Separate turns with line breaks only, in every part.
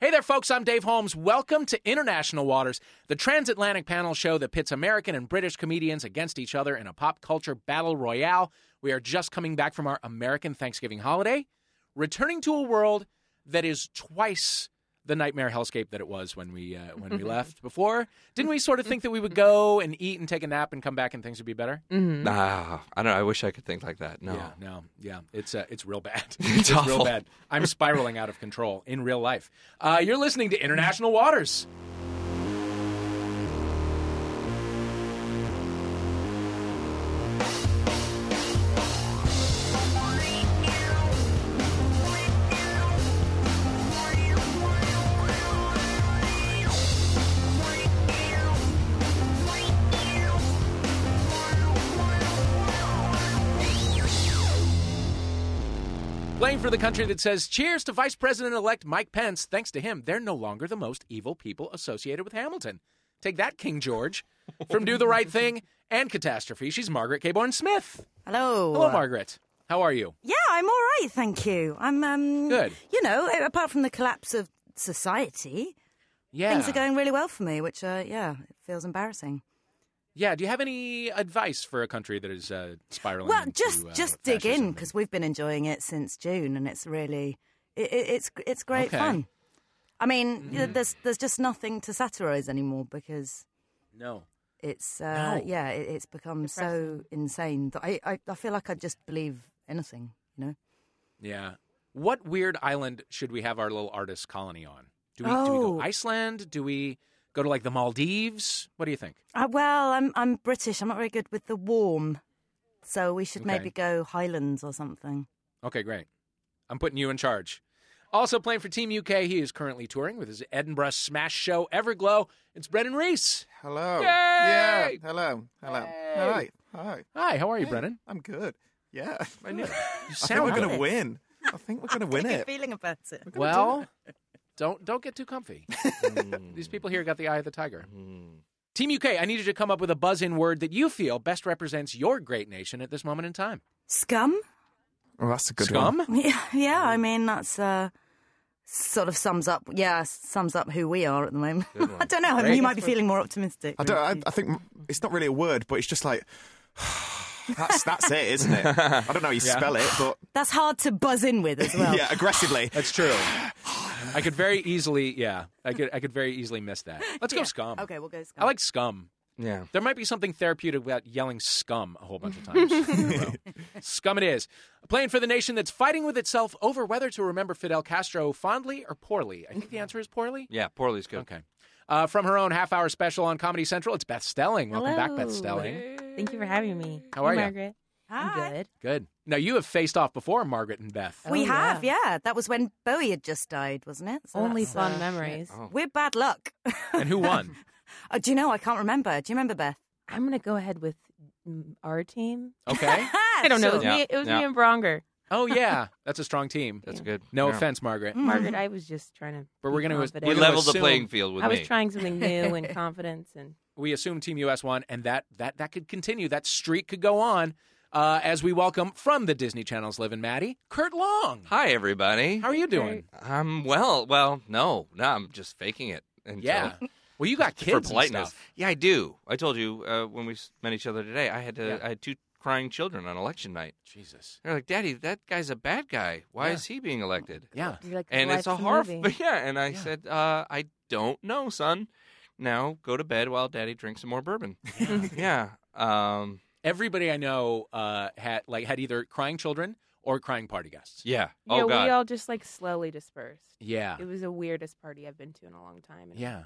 Hey there, folks. I'm Dave Holmes. Welcome to International Waters, the transatlantic panel show that pits American and British comedians against each other in a pop culture battle royale. We are just coming back from our American Thanksgiving holiday, returning to a world that is twice the nightmare hellscape that it was when we uh, when we left before. Didn't we sort of think that we would go and eat and take a nap and come back and things would be better?
Ah, I don't. know. I wish I could think like that. No.
Mm-hmm. Yeah, no, yeah, it's uh, it's real bad. It's, real
awful.
bad. I'm spiraling out of control in real life. Uh, you're listening to International Waters. Playing for the country that says, Cheers to Vice President elect Mike Pence. Thanks to him, they're no longer the most evil people associated with Hamilton. Take that, King George. From Do the Right Thing and Catastrophe, she's Margaret Caborn Smith.
Hello.
Hello, Margaret. How are you?
Yeah, I'm all right, thank you. I'm um,
Good.
You know, a- apart from the collapse of society,
Yeah.
things are going really well for me, which uh, yeah, it feels embarrassing.
Yeah, do you have any advice for a country that is uh, spiraling?
Well,
into,
just
uh,
just dig in
fascism?
because we've been enjoying it since June, and it's really it, it, it's it's great
Okay. Mm-hmm.
fun. I mean, th- there's there's just nothing to satirise anymore because
No.
it's uh,
No.
yeah, it, it's become so insane that I, I I feel like I just believe anything, you know.
Yeah. What weird island should we have our little artist colony on? Do we, do we
Oh.
go Iceland? Do we go to like the Maldives? What do you think?
Uh, well, I'm I'm British. I'm not very good with the warm, so we should
Okay.
maybe go Highlands or something.
Okay, great. I'm putting you in charge. Also playing for Team UK, he is currently touring with his Edinburgh smash show Everglow. It's Brennan Reese.
Hello.
Yay!
Yeah. Hello. Hello.
Yay!
Hi. Hi.
Hi, how are you, Brennan?
I'm good. Yeah. I knew.
You
I think we're
sound
gonna
good.
win. I think we're gonna win it.
feeling about it.
Well, don't don't get too comfy. Hmm. These people here got the eye of the tiger.
Hmm.
Team UK, I need you to come up with a buzz-in word that you feel best represents your great nation at this moment in time.
Scum?
Well, Oh, that's a good
Scum?
one.
Yeah, yeah. I mean, that's uh, sort of sums up. Yeah, sums up who we are at the moment. I don't know. I mean, you might be feeling more optimistic.
I don't. I, I think it's not really a word, but it's just like. That's that's it, isn't it? I don't know how you spell it, but
That's hard to buzz in with as well.
yeah, aggressively.
That's true. I could very easily, yeah, I could I could very easily miss that. Let's go scum.
Okay, we'll go scum.
I like scum.
Yeah.
There might be something therapeutic about yelling scum a whole bunch of times. in a row. scum it is. Playing for the nation that's fighting with itself over whether to remember Fidel Castro fondly or poorly. I think the answer is poorly.
Yeah. Poorly's good.
Okay. Uh, from her own half hour special on Comedy Central, it's Beth Stelling. Welcome back, Beth
Hello.
Stelling.
Thank you for having me.
How are
Hi,
ya?
Margaret?
Hi.
I'm good.
Good. Now, you have faced off before, Margaret and Beth.
We
Oh,
have, yeah. That was when Bowie had just died, wasn't it? So
Only
that's,
fond
uh,
memories.
Oh.
We're bad luck.
And who won?
Oh, do you know? I can't remember. Do you remember, Beth?
I'm gonna go ahead with mm, our team.
Okay.
I don't know. It was,
Sure.
me, it was me
Yeah.
and Bronger.
Oh, yeah. That's a strong team.
That's good.
No
Yeah.
offense, Margaret.
Mm.
Margaret, I was just trying to.
But
be
we're gonna-
confident.
we're
We
gonna
level the
assume-
playing field with
I
me.
was trying something new and confidence, and
we assume Team US won, and that that that could continue. That streak could go on uh, as we welcome from the Disney Channel's Live and Maddie, Kurt Long.
Hi, everybody.
How are you doing?
I'm well. Well, no, no, I'm just faking it. Until,
Yeah. Well, you got kids
for
and
politeness.
stuff.
Yeah, I do. I told you uh, when we s- met each other today. I had to.
Yeah.
I had two crying children on election night.
Jesus.
They're like, "Daddy, that guy's a bad guy. Why
Yeah.
is he being elected?"
Yeah.
you're like,
and it's a
horror.
horrible. Yeah, and I
Yeah.
said, uh, "I don't know, son. Now go to bed while Daddy drinks some more bourbon." yeah. Um,
Everybody I know uh, had like had either crying children or crying party guests.
yeah.
Yeah,
oh God.
we all just like slowly dispersed.
Yeah.
It was the weirdest party I've been to in a long time. and-
Yeah.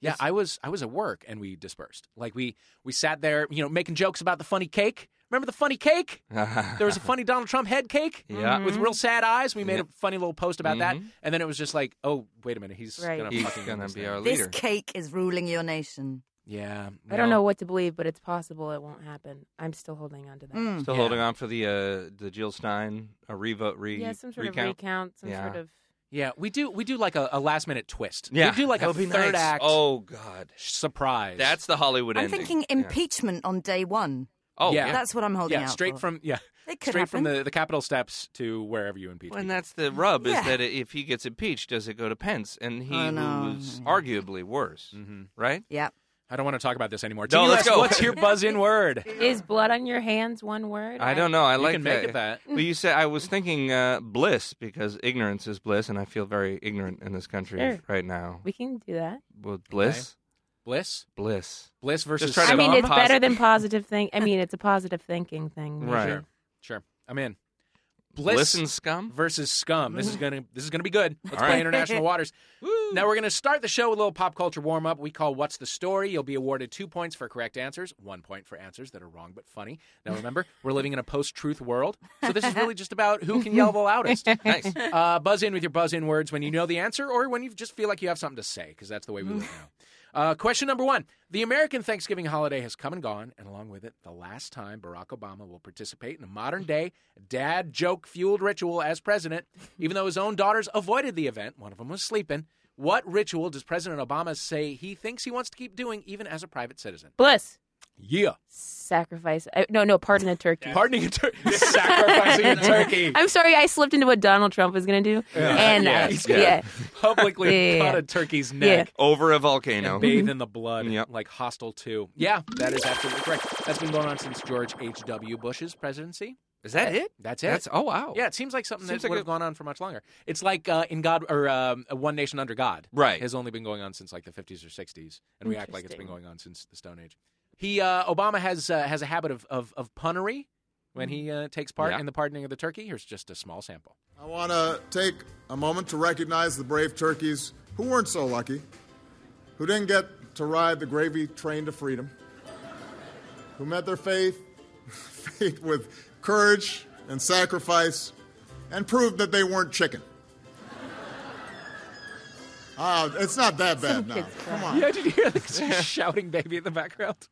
Yeah, I was I was at work and we dispersed. Like we we sat there, you know, making jokes about the funny cake. Remember the funny cake? There was a funny Donald Trump head cake
Yeah.
Uh,
Mm-hmm.
with real sad eyes. We made a funny little post about that,
Mhm.
and then it was just like, oh wait a minute, he's
Right.
gonna
He's
fucking win
gonna
this
be
thing.
our
This
leader.
cake is ruling your nation.
Yeah,
I don't
well,
know what to believe, but it's possible it won't happen. I'm still holding on to that.
Mm.
Still
Yeah.
holding on for the uh, the Jill Stein a revote re
Yeah, some sort
recount.
of recount, some
Yeah.
sort of.
Yeah, we do. We do like a, a last minute twist.
yeah,
we do like
that
a
would be
third
nice.
act
Oh God,
surprise.
that's the Hollywood
I'm
ending.
thinking
Yeah.
impeachment on day one.
Oh,
Yeah.
yeah.
That's what I'm holding
yeah,
out.
straight
for.
from yeah,
It could
straight from
happen.
the, the Capitol steps to wherever you impeach.
Well,
people.
and that's the rub
Yeah.
is that if he gets impeached, does it go to Pence? And he
I know.
was arguably worse,
Mm-hmm.
right?
Yeah.
I don't want to talk about this anymore.
No,
TUS,
let's go.
What's your buzz in word?
Is blood on your hands one word?
I don't know. I
you
like
can
that.
make it that.
Well, you said I was thinking uh, bliss because ignorance is bliss, and I feel very ignorant in this country
Sure.
right now.
We can do that.
Well, bliss,
Bliss,
bliss.
bliss versus.
try to-
I mean,
I'm
it's
posi-
better than positive think. I mean, it's a positive thinking thing.
Right.
Sure.
sure. I'm in.
Bliss,
Bliss
and scum. Mm-hmm.
versus scum. This is gonna this is gonna be good. Let's
All
play
right.
international waters. Now we're gonna start the show with a little pop culture warm up. We call "What's the Story." You'll be awarded two points for correct answers, one point for answers that are wrong but funny. Now remember, we're living in a post-truth world, so this is really just about who can yell the loudest.
Nice.
Uh, buzz in with your buzz in words when you know the answer or when you just feel like you have something to say, because that's the way we live now. Uh, question number one The American Thanksgiving holiday has come and gone, and along with it, the last time Barack Obama will participate in a modern day dad joke fueled ritual as president, even though his own daughters avoided the event. One of them was sleeping. What ritual does President Obama say he thinks he wants to keep doing, even as a private citizen?
Bliss.
Yeah.
Sacrifice. I, no, no. Pardon a turkey.
Pardoning a turkey. Sacrificing a turkey.
I'm sorry, I slipped into what Donald Trump was going to do, and
Yeah,
uh,
he's gonna-
yeah,
Publicly
Yeah.
cut a turkey's neck.
Over a volcano.
bathe in the blood,
Yep.
like Hostile 2. Yeah, that is absolutely correct. That's been going on since George H.W. Bush's presidency.
Is that it?
That's it.
That's oh wow.
yeah, it seems like something
Seems
that
like
would
a-
have gone on for much longer. It's like uh, in God or um, One Nation Under God.
Right.
Has only been going on since like the 50s or 60s, and we act like it's been
Interesting.
going on since the Stone Age. He uh, Obama has uh, has a habit of of, of punnery when he uh, takes part
Yeah.
in the pardoning of the turkey. Here's just a small sample.
I want to take a moment to recognize the brave turkeys who weren't so lucky, who didn't get to ride the gravy train to freedom, who met their faith, fate with courage and sacrifice, and proved that they weren't chicken. Ah, it's not that bad now. Come on.
Yeah, did you hear the shouting baby in the background?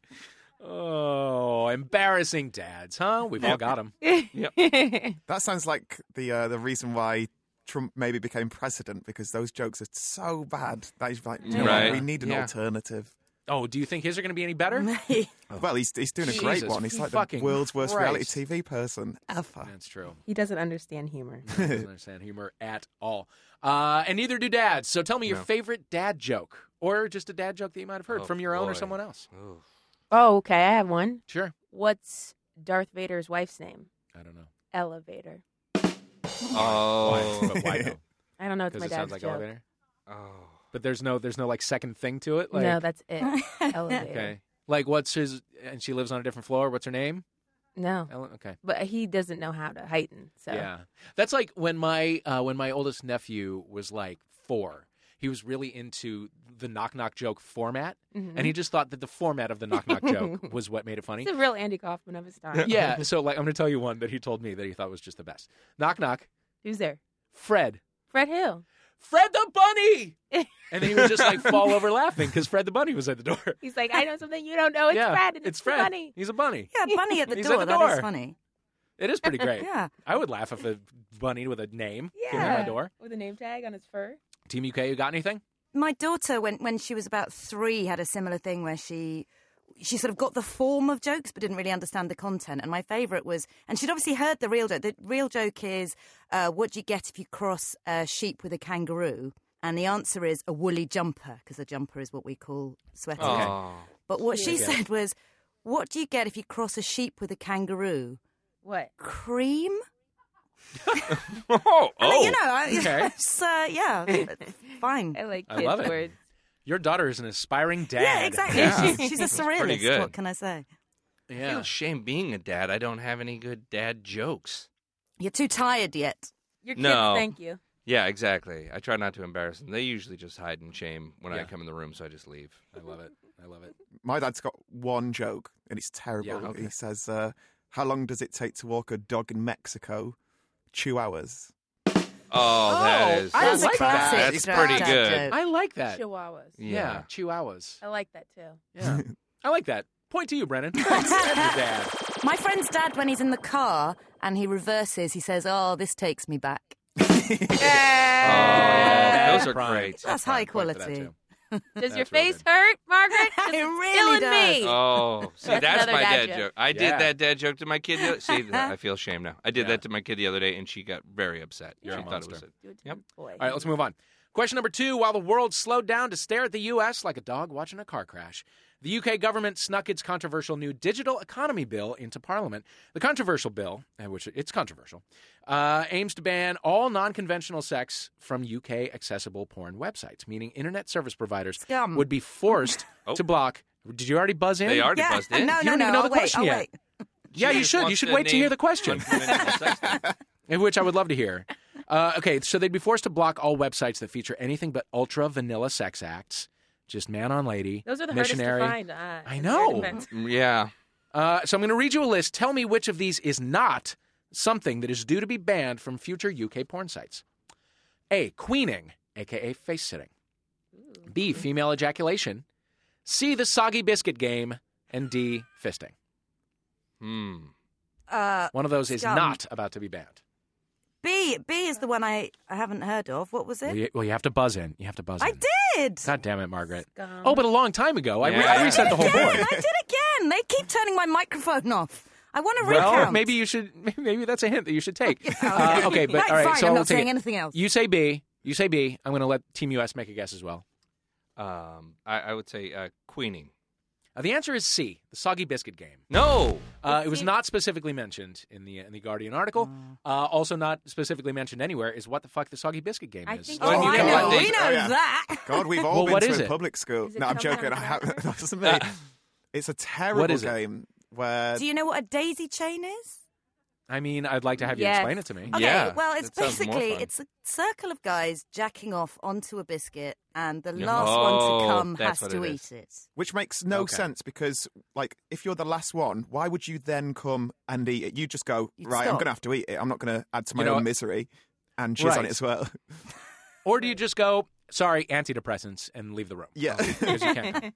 Oh, embarrassing dads, huh? We've all got them.
That sounds like the uh, the reason why Trump maybe became president because those jokes are so bad that he's like, you know what,
Right.
we need an
Yeah.
alternative.
Oh, do you think his are going to be any better?
Well, he's he's doing a great
Oh. Jesus
one. He's like the
fucking
world's worst
Christ.
reality TV person ever.
That's true.
he doesn't understand humor.
I don't understand humor at all. Uh, and neither do dads. So tell me your
No.
favorite dad joke or just a dad joke that you might have heard
Oh,
from your own or
boy.
someone else.
Ooh.
oh, okay, I have one.
Sure.
What's Darth Vader's wife's name?
I don't know.
Elevator.
Why?
Oh.
But why though?
I don't know. It's
Because
my
it
dad's
sounds like
joke.
elevator.
oh.
But there's no there's no like second thing to it. Like,
no, that's it. elevator.
okay. Like what's his and she lives on a different floor. What's her name?
No,
Ellen. Okay.
but he doesn't know how to heighten. So
Yeah, that's like when my uh, when my oldest nephew was like four. He was really into the knock knock joke format, and
Mm-hmm.
he just thought that the format of the knock knock joke was what made it funny.
it's a real Andy Kaufman of his time.
Yeah, so like I'm going to tell you one that he told me that he thought was just the best. Knock knock,
Who's there?
Fred,
Fred Hill.
Fred the bunny, and then he would just like fall over laughing because Fred the bunny was at the door.
He's like, I know something you don't know. Oh, It's
yeah,
Fred. And it's,
Fred.
funny.
He's a bunny.
Yeah, bunny at the
He's
door.
at the
That is
door.
funny.
It is pretty great.
Yeah.
I would laugh if a bunny with a name came
Yeah.
to my door.
With a name tag on his fur.
Team UK, you got anything?
My daughter, when, when she was about three, had a similar thing where she she sort of got the form of jokes but didn't really understand the content. And my favourite was, and she'd obviously heard the real joke. The real joke is, uh, what do you get if you cross a sheep with a kangaroo? And the answer is a woolly jumper because a jumper is what we call sweaters.
Oh.
But what she said was, what do you get if you cross a sheep with a kangaroo?
What?
Cream.
Oh.
I mean,
oh.
you know, I,
okay.
it's, uh, yeah, fine.
I like
I
kids'
love it.
words.
Your daughter is an aspiring dad.
Yeah, exactly.
Yeah.
She's, she's a
pretty
surrealist.
good.
What can I say?
I
Yeah.
feel shame being a dad. I don't have any good dad jokes.
You're too tired yet.
Your kids,
No.
thank you.
Yeah, exactly. I try not to embarrass them. They usually just hide in shame when I
Yeah.
come in the room, so I just leave.
I love it. I love it.
My dad's got one joke and it's terrible.
Yeah, okay.
He says, uh, "How long does it take to walk a dog in Mexico? Two hours."
Oh, that is.
I
That's
like
a classic
that.
That's
dad
pretty
joke.
good.
I like that.
Chihuahuas.
yeah. chihuahuas.
I like that too.
Yeah, I like that. Point to you, Brennan. Thanks. That's your dad.
My friend's dad, when he's in the car and he reverses, he says, "Oh, this takes me back."
Oh, yeah. Those are
Prime.
great.
That's
Fine,
high
point for that,
quality.
too.
Does your
That's really
face hurt, Margaret? 'Cause
It
it's
really
killing
does.
me.
Oh, see, that's,
another
my
dad
dad,
joke.
joke. I
Yeah.
did that dad joke to my kid. the other- See, I feel shame now. I did that to my kid the other day, and she got very upset.
You're
she
a
thought it was
monster.
a-
Do it to
Yep.
my boy.
All right, let's move on. Question number two While the world slowed down to stare at the U.S. like a dog watching a car crash, the UK government snuck its controversial new digital economy bill into Parliament. The controversial bill, uh, which it's controversial, uh, aims to ban all non conventional sex from UK accessible porn websites, meaning internet service providers
Scum.
would be forced
Oh.
to block. Did you already buzz in?
They already
Yeah.
buzzed in.
No,
You
no,
don't
no.
even know
I'll
the
wait,
question
I'll
yet.
wait.
Yeah,
She
you
just
should. You
wants
should
to
wait to hear
name
the question.
unconventional sex thing.
And which I would love to hear. Uh, okay, so they'd be forced to block all websites that feature anything but ultra vanilla sex acts, just man on lady,
Those are the
missionary.
hardest to find. Uh,
I
in
know.
their defense.
Mm, yeah.
Uh, so I'm going to read you a list. Tell me which of these is not something that is due to be banned from future UK porn sites. A. Queening, aka face sitting. B. Female ejaculation. C. The soggy biscuit game. And D. Fisting.
Hmm.
Uh,
One of those is
Scum.
not about to be banned.
B B is the one I, I haven't heard of. What was
Well
it?
you, well, you have to buzz in. You have to buzz
I
in.
did.
God damn it, Margaret.
Scum.
Oh, but a long time ago. I, re- I
Yeah.
reset the whole board.
Again, I did again. They keep turning my microphone off. I want to
Well,
recount. Oh,
maybe you should. Maybe that's a hint that you should take.
Okay.
Uh, okay, but
Right,
all right.
fine,
so
I'm
I'll
not
take
saying
it.
anything else.
You say B. You say B. I'm going to let Team US make a guess as well.
Um, I, I would say uh, queening.
Uh, the answer is C. The soggy biscuit game.
No.
Uh, it was not specifically mentioned in the in the Guardian article.
Mm.
Uh, also, not specifically mentioned anywhere is what the fuck the soggy biscuit game
I
is.
think
When
oh,
you
you
I
go
know.
on
We
dates-
know
oh, yeah.
that.
God, we've
Well,
all
what
been
is
to
it? Uh,
a public school.
Is it
No, I'm
Come
joking.
Down
I haven't.
Under?
That doesn't mean. It's a terrible
is it?
game where
Do you know what a daisy chain is?
I mean, I'd like to have you
Yes.
explain it to me.
Okay.
Okay,
Yeah,
well, it's
that sounds more
basically
fun.
it's a circle of guys jacking off onto a biscuit, and the
Yeah.
last one
Oh,
to come has
that's what
to
it
eat
is.
it.
which makes no
Okay.
sense because like if you're the last one, why would you then come and eat it? You just go
You'd
right. I'm
stop.
going to have to eat it. I'm not going to add to my
You know
own
what?
misery and jizz on
Right.
it as well.
Or do you just go? Sorry, antidepressants, and leave the room.
Yeah.
because you can't.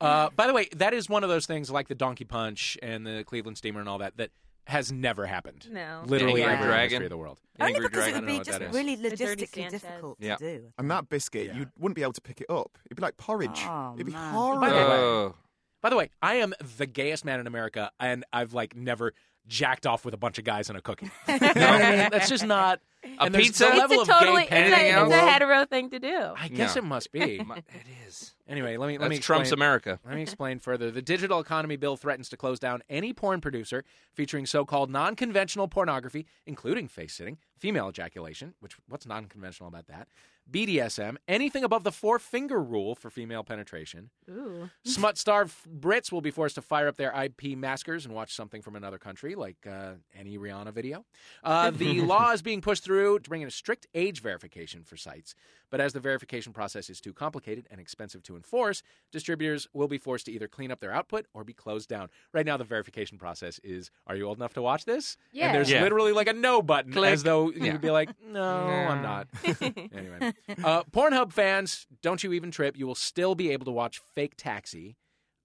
Uh, by the way, that is one of those things like the Donkey Punch and the Cleveland Steamer and all that that has never happened.
No.
literally ever
Angry
in the
Dragon.
history of the world.
Only
Angry
because
Dragon.
it would
I
be
don't know
just
what that
really
is. The dirty
logistically
Sanchez.
difficult
Yeah.
to do.
and that biscuit,
Yeah.
you wouldn't be able to pick it up. It'd be like porridge.
Oh,
It'd be
man.
By the
horrible.
way-
Oh.
By the way, I am the gayest man in America, and I've like never jacked off with a bunch of guys in a cookie. You know what I mean? That's just not
A
and there's
pizza?
The
It's
level
it's a totally
of
it's
gay pain.
Anything
a,
else?
it's a hetero thing to do.
I guess
No.
it must be.
My- it is.
Anyway, let me let me
That's Trump's
explain.
America.
Let me explain further. The digital economy bill threatens to close down any porn producer featuring so-called non-conventional pornography, including face-sitting, female ejaculation, which what's non-conventional about that? BDSM, anything above the four-finger rule for female penetration.
Ooh.
Smut-starved Brits will be forced to fire up their IP maskers and watch something from another country, like uh, any Rihanna video. Uh, the law is being pushed through to bring in a strict age verification for sites, but as the verification process is too complicated and expensive to enforce, distributors will be forced to either clean up their output or be closed down. Right now, the verification process is: Are you old enough to watch this?
Yeah.
And there's
Yeah.
literally like a no button,
Click.
as though you'd
Yeah.
be like, "No, I'm not." anyway, uh, Pornhub fans, don't you even trip. You will still be able to watch Fake Taxi.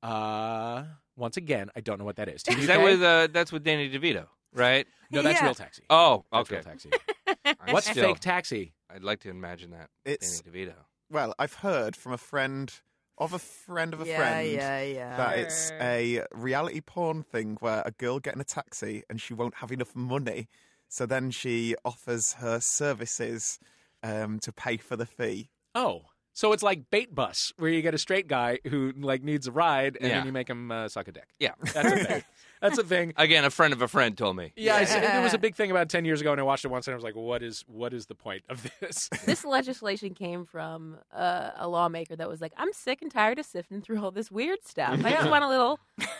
Uh, once again, I don't know what that is.
Is that with uh, that's with Danny DeVito, right?
no, that's
Yeah.
Real Taxi.
Oh,
That's
okay.
Real Taxi.
I'm
What's
still-
Fake Taxi?
I'd like to imagine that
It's-
Danny DeVito.
Well, I've heard from a friend of a friend of a
yeah,
friend.
yeah, yeah.
That it's a reality porn thing where a girl getting a taxi and she won't have enough money, so then she offers her services um, to pay for the fee.
Oh, so it's like Bait Bus, where you get a straight guy who like needs a ride, and
Yeah.
then you make him uh, suck a dick.
Yeah.
That's a thing. That's a thing.
Again, a friend of a friend told me.
Yeah, I said- it was a big thing about ten years ago, and I watched it once, and I was like, "What is what is the point of this?"
This legislation came from uh, a lawmaker that was like, "I'm sick and tired of sifting through all this weird stuff. I just want a little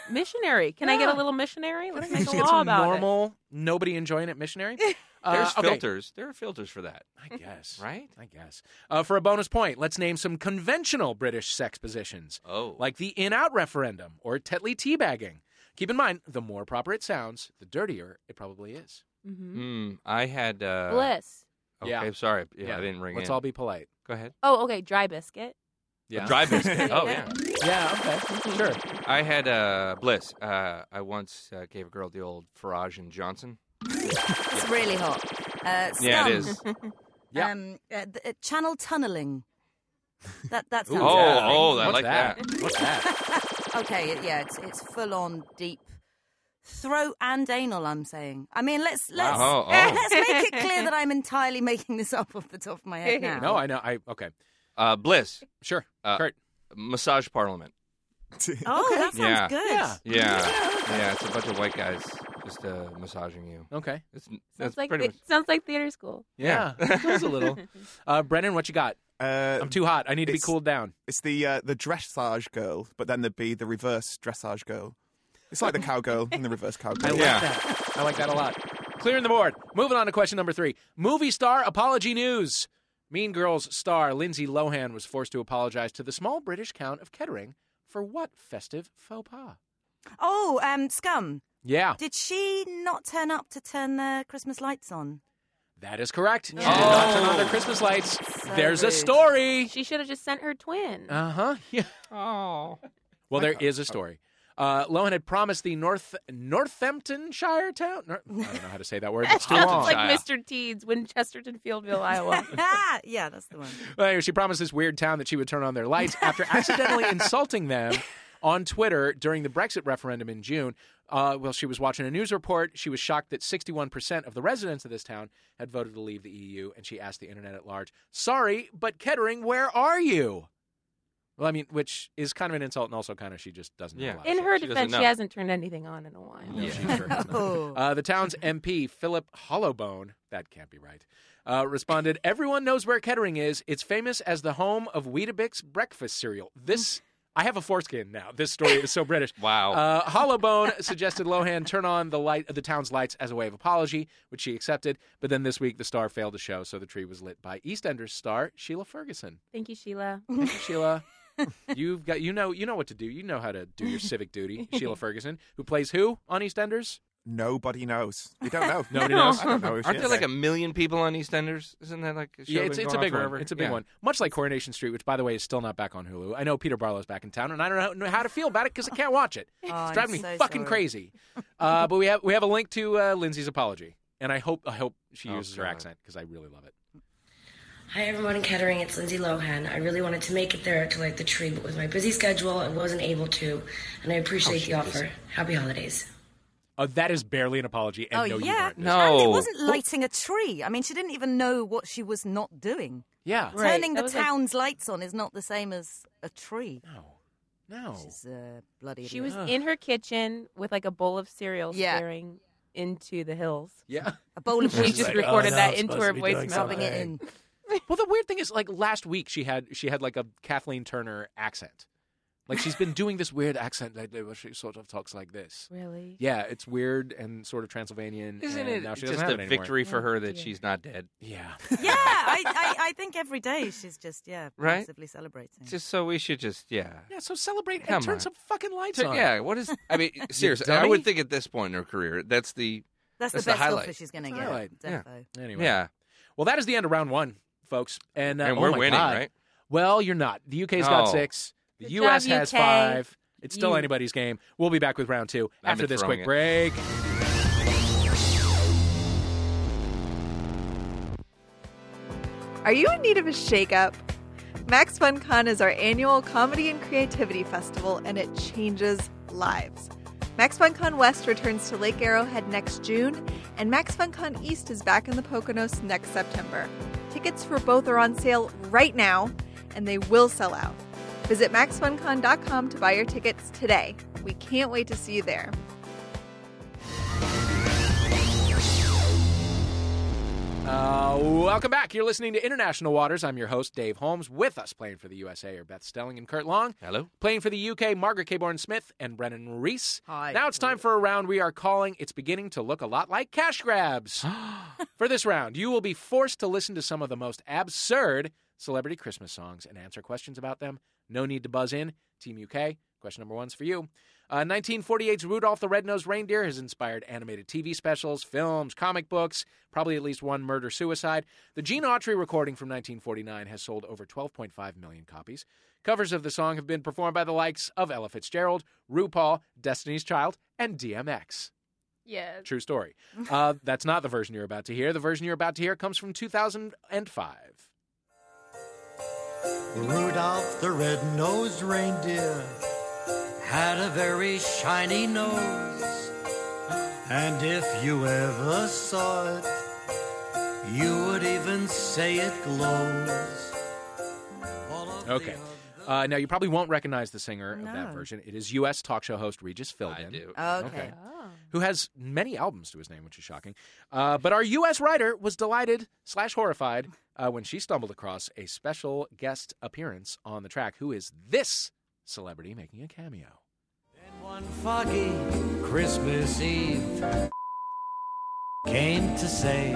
missionary. Can I get a little missionary? Let's make a
It's
law about it."
normal, nobody enjoying it missionary. Uh,
There's
okay.
filters. There are filters for that,
I guess.
right?
I guess. Uh, for a bonus point, let's name some conventional British sex positions,
Oh,
like the in out referendum or Tetley teabagging. Keep in mind, the more proper it sounds, the dirtier it probably is.
hmm
Hmm, I had uh,
Bliss.
Okay,
Yeah.
sorry. Yeah, I didn't ring
Let's
in.
all be polite.
Go ahead.
Oh, okay. Dry biscuit.
Yeah.
Dry biscuit. oh yeah.
Yeah.
Yeah, okay. Sure.
I had uh, bliss. Uh, I once uh, gave a girl the old Farage and Johnson.
It's really hot. Uh,
Yeah, it
scum.
is.
Yeah.
Um, uh, th- uh, channel tunneling.
That that sounds
Oh,
Yeah.
oh, I
What's
like
What's that?
okay. it- Yeah, it's it's full on deep throat and anal. I'm saying. I mean, let's let's
Oh,
Eh.
oh.
let's make it clear that I'm entirely making this up off the top of my head now.
no, I know. I okay.
Uh, Bliss,
Sure.
Uh,
Kurt.
massage parliament.
Oh, that sounds
Yeah.
good.
Yeah.
Yeah, yeah, it's a bunch of white guys just uh, massaging you.
Okay.
It's
Sounds
that's
like
pretty
the-
much.
sounds like theater school.
Yeah. it was a little. Uh, Brennan, what you got?
Uh,
I'm too hot. I need to be
It's-
cooled down.
it's the uh, the dressage girl, but then there'd be the reverse dressage girl. It's like the cowgirl and the reverse
I
cowgirl.
like
Yeah.
that. I like that a lot. Clearing the board. Moving on to question number three. Movie star apology news. Mean Girls star Lindsay Lohan was forced to apologize to the small British town of Kettering for what festive faux pas?
Oh, um, Scum.
Yeah,
Did she not turn up to turn the Christmas lights on?
that is correct. She did not turn on their Christmas lights.
So
There's a
rude.
story.
She should have just sent her twin.
Uh huh. Yeah.
Oh.
Well, there is a story. Uh, Lohan had promised the North Northamptonshire town. Nor- I don't know how to say that word. It's too long.
It's like
Iowa.
Mr. Teeds, Winchesterton, Fieldville, Iowa.
Ah, yeah, that's the one.
Well, anyway, she promised this weird town that she would turn on their lights after accidentally insulting them on Twitter during the Brexit referendum in June. Uh, while she was watching a news report, she was shocked that 61% of the residents of this town had voted to leave the EU, and she asked the internet at large, Sorry, but Kettering, where are you? Well, I mean, which is kind of an insult, and also kind of she just doesn't know
Yeah.
a lot of
In
shit.
her
She doesn't
defense, she
know.
hasn't turned anything on in a while.
No,
Yeah.
she sure has not.
Oh.
Uh, the town's MP, Philip Hollowbone, that can't be right, uh, responded, Everyone knows where Kettering is. It's famous as the home of Weetabix breakfast cereal. This, I have a foreskin now. This story is so British.
Wow.
Uh, Hollowbone suggested Lohan turn on the light, the town's lights as a way of apology, which she accepted. But then this week, the star failed to show, so the tree was lit by EastEnders star Sheila Ferguson.
Thank you, Sheila.
Thank you, Sheila. You've got you know you know what to do. You know how to do your civic duty. Sheila Ferguson, who plays who on EastEnders?
Nobody knows. We don't know.
Nobody knows.
I don't know. who she
Aren't there
is.
like a million people on EastEnders? Isn't that like a show
Yeah, it's,
been
it's a
going on
big
forever?
one. It's a big
Yeah.
one. Much like Coronation Street, which, by the way, is still not back on Hulu. I know Peter Barlow's back in town, and I don't know- know how to feel about it because I can't watch it.
Oh,
it's
I'm
driving me
so
fucking
sorry.
crazy. Uh, but we have we have a link to uh, Lindsay's apology, and I hope I hope she
Oh,
uses her
God.
accent because I really love it.
Hi everyone in Kettering, it's Lindsay Lohan. I really wanted to make it there to light the tree, but with my busy schedule, I wasn't able to, and I appreciate the offer. Happy holidays.
Uh, that is barely an apology, and
Oh,
no,
yeah.
you
No.
And it wasn't lighting a tree. I mean, she didn't even know what she was not doing.
yeah,
Right.
Turning
That
the
was like-
town's lights on is not the same as a tree.
no, no.
She's a bloody
She
idiot.
was in her kitchen with like a bowl of cereal
Yeah.
staring into the hills.
Yeah.
a bowl of
We
cheese.
just
oh,
recorded that into her voicemail.
rubbing it in.
Well, the weird thing is, like last week, she had she had like a Kathleen Turner accent. Like she's been doing this weird accent lately, where she sort of talks like this.
Really?
Yeah, it's weird and sort of Transylvanian.
Isn't
and
it
now she doesn't
just
have
a
it anymore.
victory for her that she's not dead?
Yeah.
Yeah, I, I, I think every day she's just, yeah,
Right?
massively celebrating.
Just so we should just yeah.
Yeah, so celebrate
Come
and turn
on.
some fucking lights
So,
on.
yeah, what is? I mean, seriously, I
dummy?
would think at this point in her career, that's the
That's,
That's
the
the
best offer
highlight.
she's going to
That's
get.
the highlight,
yeah.
defo.
Anyway.
yeah,
Well, that is the end of round one, folks. And, uh,
and
oh
we're
my
winning,
God.
right? Oh.
Well, you're not. The UK's got
No.
six. The
Good
US
job,
has
UK.
five. It's still
You-
anybody's game. We'll be back with round two
I'm
after this quick
throwing
break.
it.
Are you in need of a shakeup? Max FunCon is our annual comedy and creativity festival, and it changes lives. Max FunCon West returns to Lake Arrowhead next June, and Max FunCon East is back in the Poconos next September. Tickets for both are on sale right now, and they will sell out. Visit maxfuncon.com to buy your tickets today. We can't wait to see you there.
Uh, welcome back. You're listening to International Waters. I'm your host, Dave Holmes. With us playing for the USA are Beth Stelling and Kurt Long.
Hello.
Playing for the UK, Margaret Caborn Smith and Brennan Reese.
Hi.
Now it's time for a round we are calling It's Beginning to Look a Lot Like Cash Grabs. for this round, you will be forced to listen to some of the most absurd celebrity Christmas songs and answer questions about them. No need to buzz in. Team UK, question number one's for you. Uh, 1948's Rudolph the Red-Nosed Reindeer has inspired animated TV specials, films, comic books, probably at least one murder-suicide. The Gene Autry recording from 1949 has sold over 12.5 million copies. Covers of the song have been performed by the likes of Ella Fitzgerald, RuPaul, Destiny's Child, and DMX.
Yes.
True story. Uh, that's not the version you're about to hear. The version you're about to hear comes from 2005.
Rudolph the red-nosed reindeer had a very shiny nose. And if you ever saw it, you would even say it glows. All of the
Okay.
other-
Uh, now, you probably won't recognize the singer of that
No.
version. It is U.S. talk show host Regis Philbin.
I do.
Okay.
Okay.
Oh.
who has many albums to his name, which is shocking. Uh, but our U.S. writer was delighted slash horrified uh, when she stumbled across a special guest appearance on the track. Who is this celebrity making a cameo?
And one foggy Christmas Eve came to say,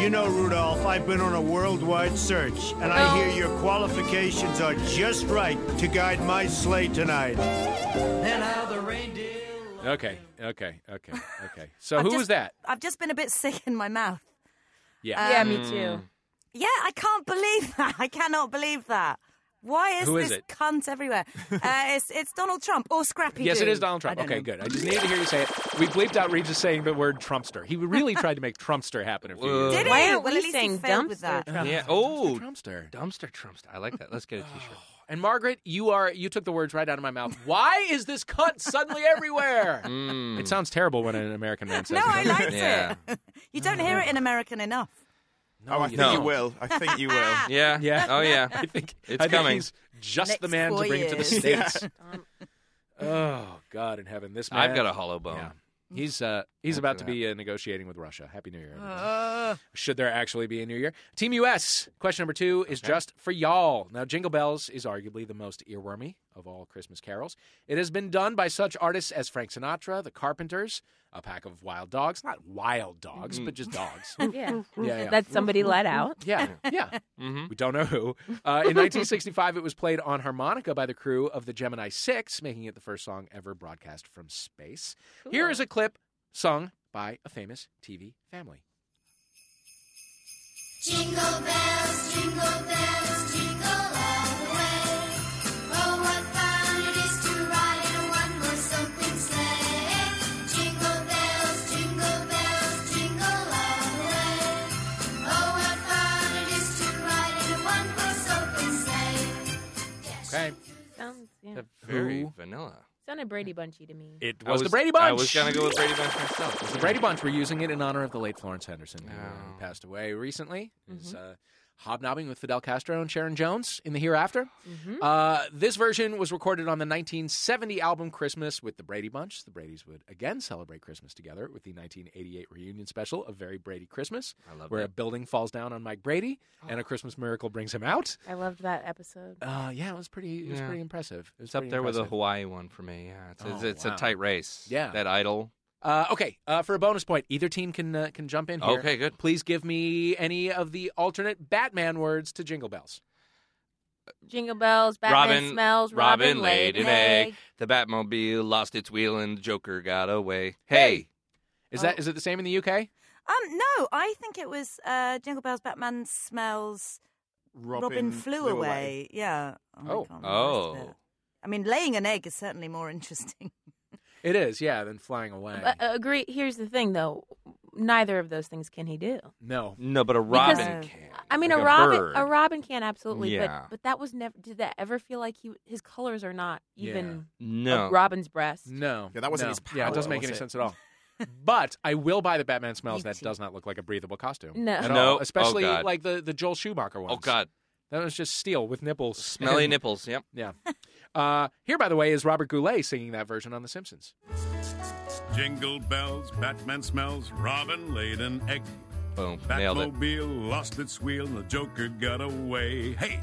You know, Rudolph, I've been on a worldwide search, and I hear your qualifications are just right to guide my sleigh tonight.
and how the reindeer.
Okay, okay, okay, okay. So
I've
who
just-
was that?
I've just been a bit sick in my mouth.
Yeah.
yeah, me too.
Yeah, I can't believe that. I cannot believe that. Why is
Who is
Uh, this
it?
cunt everywhere? uh, it's, it's Donald Trump Oh, or Scrappy.
Yes, it
Doo.
is Donald Trump.
I don't
Okay,
know.
good. I just needed to hear you say it. We bleeped out Regis saying the word Trumpster. He really tried to make Trumpster happen. A few years
Did
ago.
he?
Why aren't
well,
we
at least he
saying
failed with
dumpster
that.
truck?
Yeah. Oh,
Trumpster.
dumpster, trumpster. I like that. Let's get a T-shirt.
And Margaret, you are you took the words right out of my mouth. Why is this cunt suddenly everywhere? Mm. It sounds terrible when an American man says
No,
it.
I liked
Yeah.
it. you don't hear it in American enough.
oh, I
you
think
don't.
you will. I think you will.
Yeah.
Yeah.
Oh yeah.
I think
It's
I think
coming.
he's just the
Next
man to
four
bring it to the
years.
states. oh God in heaven, this man.
I've got a hollow bone.
Yeah. He's uh, he's about to
that.
be uh, negotiating with Russia. Happy New Year. everyone. Should there actually be a New Year? Team U.S. Question number two is just for y'all. Now, Jingle Bells is arguably the most earwormy of all Christmas carols. It has been done by such artists as Frank Sinatra, The Carpenters, a pack of wild dogs. Not wild dogs, but just dogs.
Yeah.
yeah. yeah.
That somebody let out.
Yeah, yeah.
Mhm.
We don't know who. Uh, in 1965, it was played on harmonica by the crew of the Gemini 6, making it the first song ever broadcast from space. Here is a clip sung by a famous TV family.
Jingle bells, jingle bells, jingle all the way. Oh, what fun it is to ride in a one-horse open sleigh. Jingle bells, jingle bells, jingle all the way. Oh, what fun it is to ride in a one-horse open sleigh.
Okay.
Sounds, yeah.
Yeah, Very
Who?
vanilla.
Sounded Brady Bunchy to me.
It
I
was, the Brady Bunch.
I was gonna go with Brady Bunch myself.
The Brady Bunch. We're using it in honor of the late Florence Henderson, who
Oh. Mm-hmm.
uh, passed away recently. Is uh, hobnobbing with Fidel Castro and Sharon Jones in the hereafter.
Mm-hmm.
Uh, this version was recorded on the 1970 album Christmas with the Brady Bunch. The Bradys would again celebrate Christmas together with the 1988 reunion special, A Very Brady Christmas,
I love
where
that. Oh.
a building falls down on Mike Brady and a Christmas miracle brings him out.
I loved that episode.
Uh, yeah, it was pretty. It was
Yeah.
pretty impressive. It was
It's up
pretty
there with a
impressive.
Hawaii one for me. Yeah, it's, it's,
Oh,
it's
wow.
a tight race.
Yeah.
that idol.
Uh, okay, uh, for a bonus point, either team can uh, can jump in here.
Okay, good.
Please give me any of the alternate Batman words to Jingle Bells.
Jingle bells, Batman
Robin
smells,
Robin,
Robin,
laid an egg. The Batmobile lost its wheel and the Joker got away. Hey,
Is
Oh.
that is it the same in the UK?
Um, no, I think it was uh, Jingle Bells, Batman smells, Robin, flew, away. Yeah.
Oh.
I can't remember the rest of
Oh.
it. I mean, laying an egg is certainly more interesting.
It is, yeah. Then flying away.
But, uh, agree. Here's the thing, though. Neither of those things can he do.
no,
no, but a Robin
Because-
can.
I mean,
Like
a Robin,
bird.
a Robin can absolutely.
Yeah.
But but that was never. Did that ever feel like he his colors are not even a
No,
Robin's breast?
no.
Yeah, that wasn't
no.
his
Yeah, it
power,
doesn't make
was
any
it?
sense at all. But I will buy the Batman smells. That
Beauty.
does not look like a breathable costume.
E No.
at
No.
all.
Oh,
especially
God.
like the the Joel Schumacher ones.
oh God,
that was just steel with nipples,
smelly nipples. Yep.
Yeah. Uh, here, by the way, is Robert Goulet singing that version on The Simpsons.
Jingle bells, Batman smells, Robin laid an egg.
Boom. Nailed it.
Batmobile lost its wheel, and the Joker got away. Hey!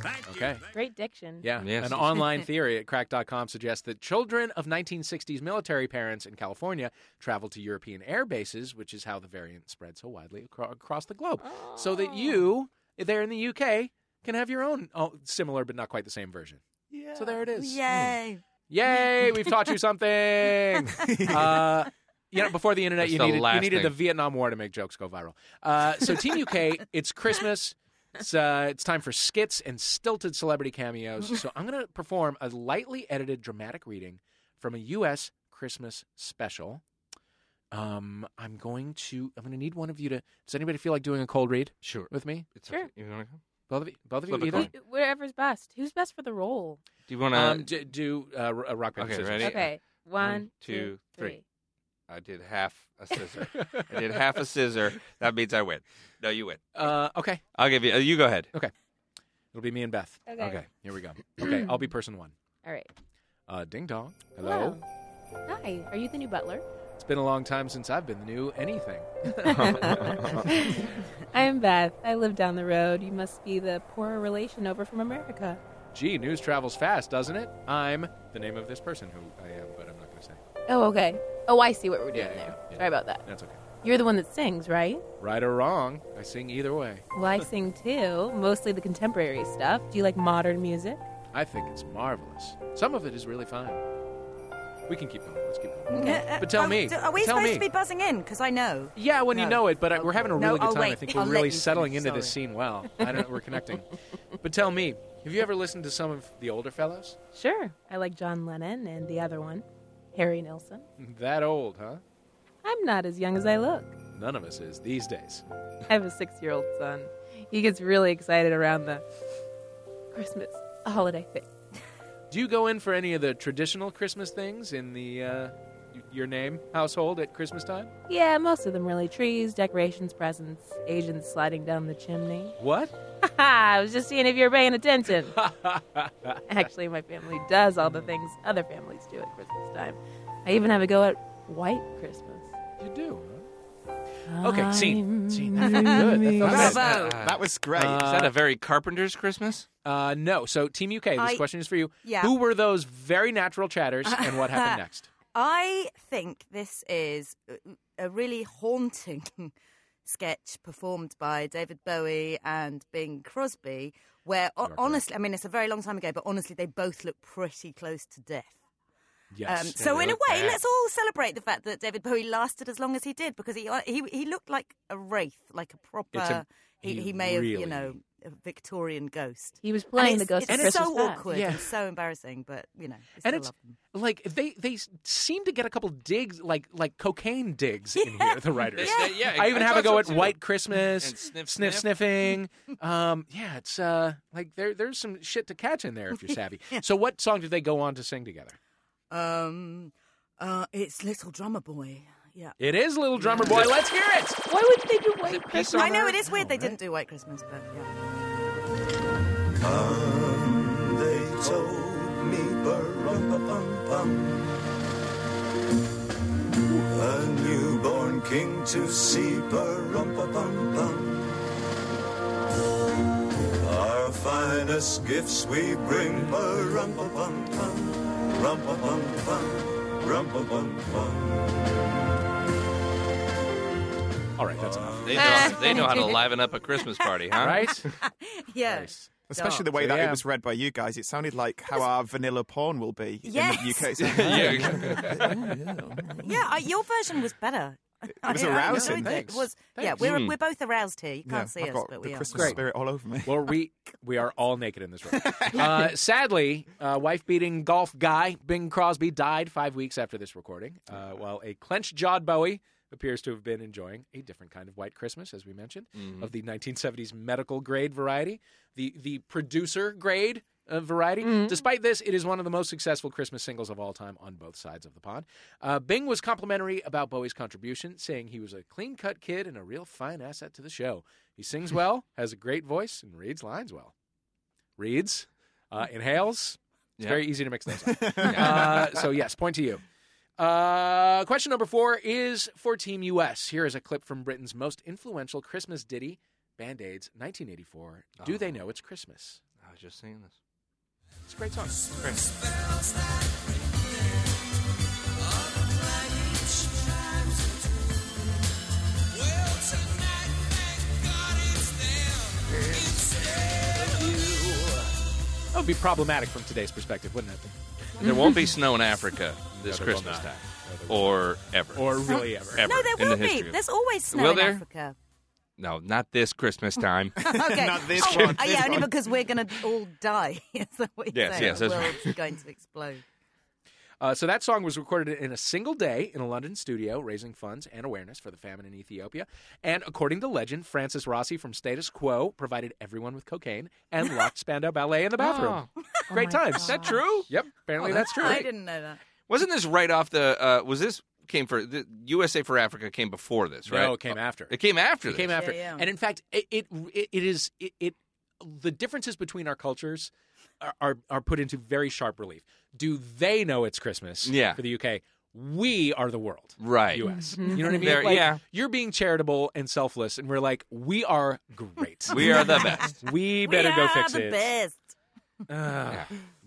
Thank you,
Okay.
thank-
Great diction.
Yeah.
Yes.
An online theory at crack.com suggests that children of 1960s military parents in California traveled to European air bases, which is how the variant spread so widely acro- across the globe. So that you, there in the UK, can have your own oh, similar but not quite the same version. Yeah. So there it is. Mm.
Yay.
Yay, we've taught you something. uh, you know, before the internet,
That's
you
the
needed, you
last
needed the
thing.
Vietnam War to make jokes go viral. Uh, so, Team UK, it's Christmas. It's, uh, it's time for skits and stilted celebrity cameos. So, I'm going to perform a lightly edited dramatic reading from a U.S. Christmas special. Um, I'm going to. I'm going to need one of you to. Does anybody feel like doing a cold read
Sure.
with me?
It's
Sure.
okay. You wanna go?
Both of you, both of you
Flip a
either?
coin.
Whatever's best. Who's best for the role?
Do you want to?
Um, do, do uh, r- uh, rock paper
Okay,
scissors.
ready? Yeah.
Okay. One, two, three.
I did half a scissor. I did half a scissor. That means I win. No, you win.
Uh, okay,
I'll give you. uh, You go ahead.
it'll be me and Beth.
Okay.
here we go. Okay, I'll be person one.
All right.
Uh, ding dong. Hello.
Wow. Hi. Are you the new butler?
It's been a long time since I've been the new anything.
I'm Beth. I live down the road. You must be the poorer relation over from America.
Gee, news travels fast, doesn't it? I'm the name of this person who I am, but I'm not going to say.
Oh, okay. Oh, I see what we're doing
Yeah, yeah,
there.
yeah.
Sorry about that.
That's okay.
You're the one that sings, right?
Right or wrong, I sing either way.
Well, I sing too, mostly the contemporary stuff. Do you like modern music?
I think it's marvelous. Some of it is really fine. We can keep going. Let's keep going. But tell
Are-
me.
do- Um, Are we
Tell
supposed
me.
to be buzzing in? Because I know.
Yeah, when you
No.
know it, but I we're having a
No,
really good
I'll
time. I
wait.
think
I'll
we're
let
really
you
settling
finish.
into this
Sorry.
scene well. I don't. We're connecting. But tell me, have you ever listened to some of the older fellows?
Sure. I like John Lennon and the other one, Harry Nilsson.
That old, huh?
I'm not as young as I look.
None of us is these days.
I have a six year old son. He gets really excited around the Christmas holiday thing.
Do you go in for any of the traditional Christmas things in the uh, y- your name household at Christmas time?
Yeah, most of them really trees, decorations, presents, agents sliding down the chimney.
What?
I was just seeing if you were paying attention. Actually, my family does all the things other families do at Christmas time. I even have a go at white Christmas.
You do. Huh? Okay, scene. Scene. That's good.
That
That's not
was-
bad.
Bravo.
that was great.
Is
Uh,
that a very Carpenter's Christmas?
Uh, no. So, Team UK, this
I-
question is for you.
Yeah.
Who were those very natural chatters, and what happened next?
I think this is a- a really haunting sketch performed by David Bowie and Bing Crosby, where o- honestly, I mean, it's a very long time ago, but honestly, they both look pretty close to death.
Yes.
Um, so
they
in a way,
look bad.
let's all celebrate the fact that David Bowie lasted as long as he did because he uh, he, he looked like a wraith, like a proper.
It's a-
he,
he
he may have,
really-
you know, a Victorian ghost.
He was
And
playing
it's,
the ghost
It's
of Christmas
so
past.
awkward
Yeah.
and so embarrassing, but you know, I still
and it's
love them.
like they they s- seem to get a couple digs, like like cocaine digs in here. The writers.
Yeah. Yeah,
I even
I
have a
thought
go
so
at
too.
White Christmas
And sniff,
sniff,
sniff.
sniffing. um, yeah, it's uh like there there's some shit to catch in there if you're savvy. So what song did they go on to sing together?
Um, uh, it's Little Drummer Boy. Yeah.
It is Little Drummer Boy. Let's hear it.
Why would they do white Christmas?
I know it is weird they didn't do White Christmas, but yeah.
They told me bum A newborn king to see bum Our finest gifts we bring bum Rumpa-bum-bum,
Oh, All right, that's enough.
They know, they know how to liven up a Christmas party, huh?
Right?
Yeah.
Nice.
Especially the way that
Yeah.
it was read by you guys. It sounded like how our vanilla porn will be in the
Yes.
UK. It's like,
Yeah, exactly.
Yeah, I, your version was better. It
was arousing.
Thanks.
It was, yeah,
Thanks.
we're, we're both aroused here. You
yeah,
can't see
I've
us,
got
but
the
we are.
Christmas
Great.
spirit all over me.
Well, we we are all naked in this room. Uh, sadly, uh, wife-beating golf guy Bing Crosby died five weeks after this recording, uh, while a clenched-jawed Bowie appears to have been enjoying a different kind of white Christmas, as we mentioned, of the 1970s medical grade variety, the the producer grade. uh variety. Despite this, it is one of the most successful Christmas singles of all time on both sides of the pond. Uh, Bing was complimentary about Bowie's contribution, saying he was a clean cut kid and a real fine asset to the show. He sings well, has a great voice, and reads lines well. Reads, uh, inhales. It's
Yeah.
very easy to mix those up. uh, so, yes, point to you. Uh, question number four is for Team US. Here is a clip from Britain's most influential Christmas ditty, Band Aids, 1984. Do
Ah.
They Know It's Christmas?
I was just singing this.
It's a great song. That would be problematic from today's perspective, wouldn't it?
There won't be snow in Africa this
No, there will not.
Christmas time, or ever,
Or really ever.
ever
No, there
in the
will be.
history of-
There's always snow
Will
in
there?
Africa.
No, not this Christmas time.
Okay.
Not this
oh,
one.
oh,
This
yeah, only
one.
because we're going to all die. Is that what you're
Yes,
saying?
yes,
The
that's
world's going to explode.
Uh, so that song was recorded in a single day in a London studio, raising funds and awareness for the famine in Ethiopia. And according to legend, Francis Rossi from Status Quo provided everyone with cocaine and locked Spandau Ballet in the bathroom.
Oh.
Great times.
Is that true?
Yep. Apparently
Oh,
that's true.
I didn't know that.
Wasn't this right off the? Uh, was this came for the USA for Africa came before this, right?
No, it came after.
It came after.
It came
this.
after.
Yeah, yeah.
And in fact, it it, it it is it, it the differences between our cultures are, are are put into very sharp relief. Do they know it's Christmas?
Yeah.
For the UK, we are the world.
Right.
U.S.
Mm-hmm.
You know what I mean?
Very-
Like,
yeah.
You're being charitable and selfless, and we're like, we are great.
We are the best.
We better
we
go
are
fix
the
it.
best.
Ugh,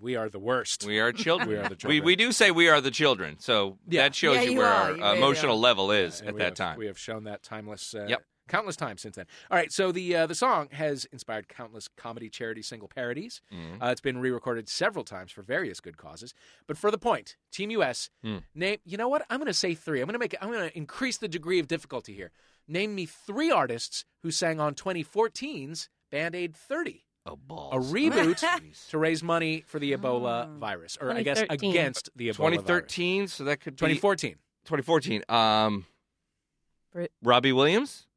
We are the worst.
We are children.
We are the
We,
children.
we do say we are the children, so
Yeah.
that shows
Yeah,
you
you
where
are.
our
You really
emotional
are.
level is
And
at
we
that
have-
time.
We have shown that timeless. Uh,
Yep.
Countless times since then. All right, so the uh, the song has inspired countless comedy charity single parodies.
Mm-hmm.
Uh, it's been re-recorded several times for various good causes. But for the point, Team US,
Hmm.
name. You know what? I'm going to say three. I'm going to make. I'm going to increase the degree of difficulty here. Name me three artists who sang on 2014's Band Aid 30,
a
a reboot to raise money for the Ebola
Oh.
virus, or I guess
2013.
against the Ebola virus.
2013, so that could be
2014.
2014. Um,
Brit-
Robbie Williams.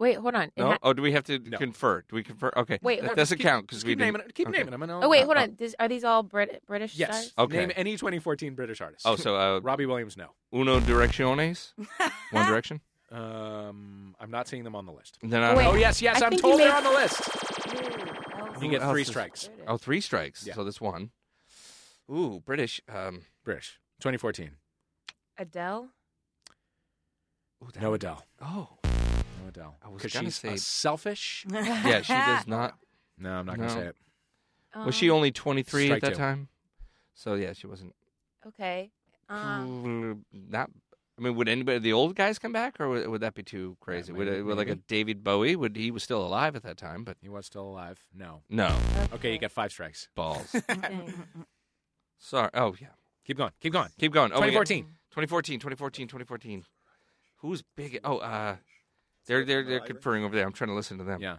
Wait, hold on. It
No.
ha-
oh, do we have to
No.
confer? Do we confer? Okay.
Wait,
that
hold-
doesn't
Keep-
count because
just
we
keep naming
didn't-
it. Keep
okay. Uh,
naming them. and I'll-
oh, wait,
I'll-
hold on. This, are these all Brit- British
Yes.
stars?
Okay.
Name any 2014 British artist.
Oh, so uh,
Robbie Williams, no.
Uno Direcciones, One Direction.
Um, I'm not seeing them on the list.
Then
Oh,
I
wait.
Oh yes, yes,
I
I'm
think
told
you
they're
made-
on the list.
Oh,
You get
else
three
is-
strikes.
oh three strikes.
Yeah.
So that's one. Ooh, British. Um,
British. 2014.
Adele?
ooh, that-
No Adele.
Oh,
No Adele.
I was
Because
gonna
she's
say-
a selfish.
yeah. She does not.
No, I'm not going to
No.
say it.
Was she
Um,
only 23
Strike
at that
two.
time? So yeah, she wasn't.
Okay. Um,
Uh,
not. I mean, would anybody the old guys come back, or would, would that be too crazy? would,
maybe-
it- would like a
maybe.
David Bowie? Would he was still alive at that time? But
He was still alive. No.
no
Okay, you got five strikes.
balls.
okay.
Sorry. Oh yeah.
Keep going. Keep going.
Keep going. Oh, we got-
2014.
2014, 2014, 2014. Who's big? Oh, uh, they're they're they're conferring over there. I'm trying to listen to them.
Yeah.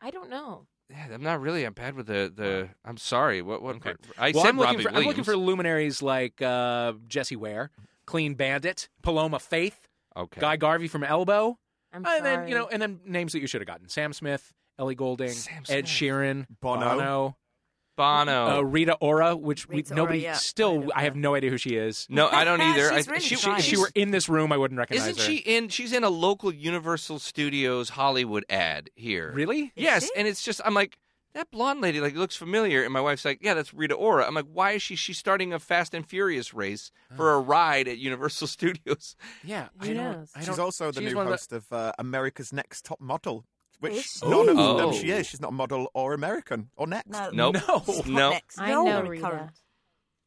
I don't know.
Yeah, I'm not really. I'm bad with the the. I'm sorry. What what?
Okay.
I
well,
said
I'm looking
Robbie
for I'm looking for
Williams.
luminaries like uh, Jesse Ware, Clean Bandit, Paloma Faith,
okay.
Guy Garvey from Elbow.
I'm
and
sorry.
then you know, and then names that you should have gotten: Sam Smith, Ellie Goulding,
Sam
Ed
Smith.
Sheeran,
Bono.
Bono.
uh, Rita Ora, which we,
Rita Ora,
nobody
yeah.
still. I have no idea who she is.
no, I don't either.
She's
I,
really
she,
trying.
If she were in this room, I wouldn't recognize
Isn't
her.
she in? She's in a local Universal Studios Hollywood ad here.
really?
yes,
she?
and it's just I'm like that blonde lady like looks familiar, and my wife's like, yeah, that's Rita Ora. I'm like, why is she? She's starting a Fast and Furious race for a ride at Universal Studios.
Yeah, I
Who
don't.
knows?
I
She's
don't-
also the
she's
new
one of
host of uh, America's Next Top Model,
Is
which
she?
none of
Oh.
Ooh.
them she is. She's not a model or American or Next.
Uh, No.
Nope.
No.
She's not
No.
Next.
I
No.
know
Current.
Rita.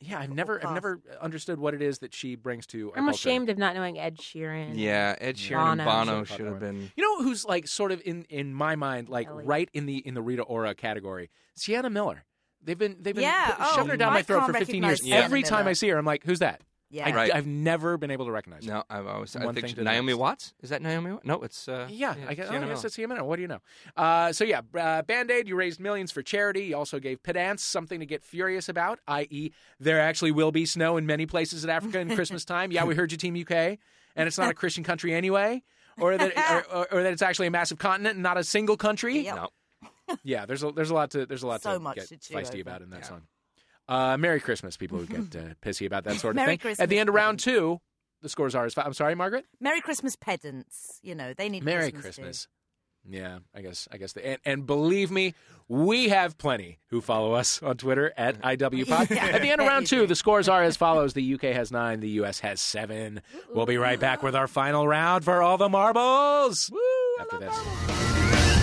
Yeah, I've never, I've
Pass.
never understood what it is that she brings to. our
I'm
culture.
ashamed of not knowing Ed Sheeran.
Yeah, Ed Sheeran and
Bono.
Bono
Should've thought
should have
that
been.
You know who's like sort of in in my mind, like
Ellie.
right in the in the Rita Ora category? Sienna Miller. They've been they've been
Yeah,
pu- shoving
oh,
her down
I
my throat
can't
for 15 years.
recognize Sienna
Every time
Miller.
I see her, I'm like, who's that?
Yeah.
I,
Right.
I've never been able to recognize her.
No, I've always. I
One
think
thing
she-
to the
Naomi
next.
Watts is that Naomi? Wa- No, it's uh,
Yeah, I guess, oh,
Sienna
I guess
Miller.
it's Sienna Miller. What do you know? Uh, so yeah, uh, Band Aid. You raised millions for charity. You also gave pedants something to get furious about, i.e., there actually will be snow in many places in Africa in Christmas time. Yeah, we heard you, Team UK, and it's not a Christian country anyway, or that or, or, or that it's actually a massive continent and not a single country.
Yep.
No.
Yeah, there's a there's a lot to there's a lot
So
to
much
get
to chew
feisty
over.
about in that song. Uh, Merry Christmas, people who get uh, pissy about that sort of
Merry
thing. At the
Christmas,
end of round two, the scores are as five. I'm sorry, Margaret.
Merry Christmas, pedants. You know they need.
Merry
Christmas. too.
Christmas. Yeah, I guess I guess the, and, and believe me, we have plenty who follow us on Twitter at IWPod.
Yeah,
at the end
I
of
bet
round
you
two,
do.
the scores are as follows: the UK has nine, the US has seven. We'll be right back with our final round for all the marbles. Woo! After this.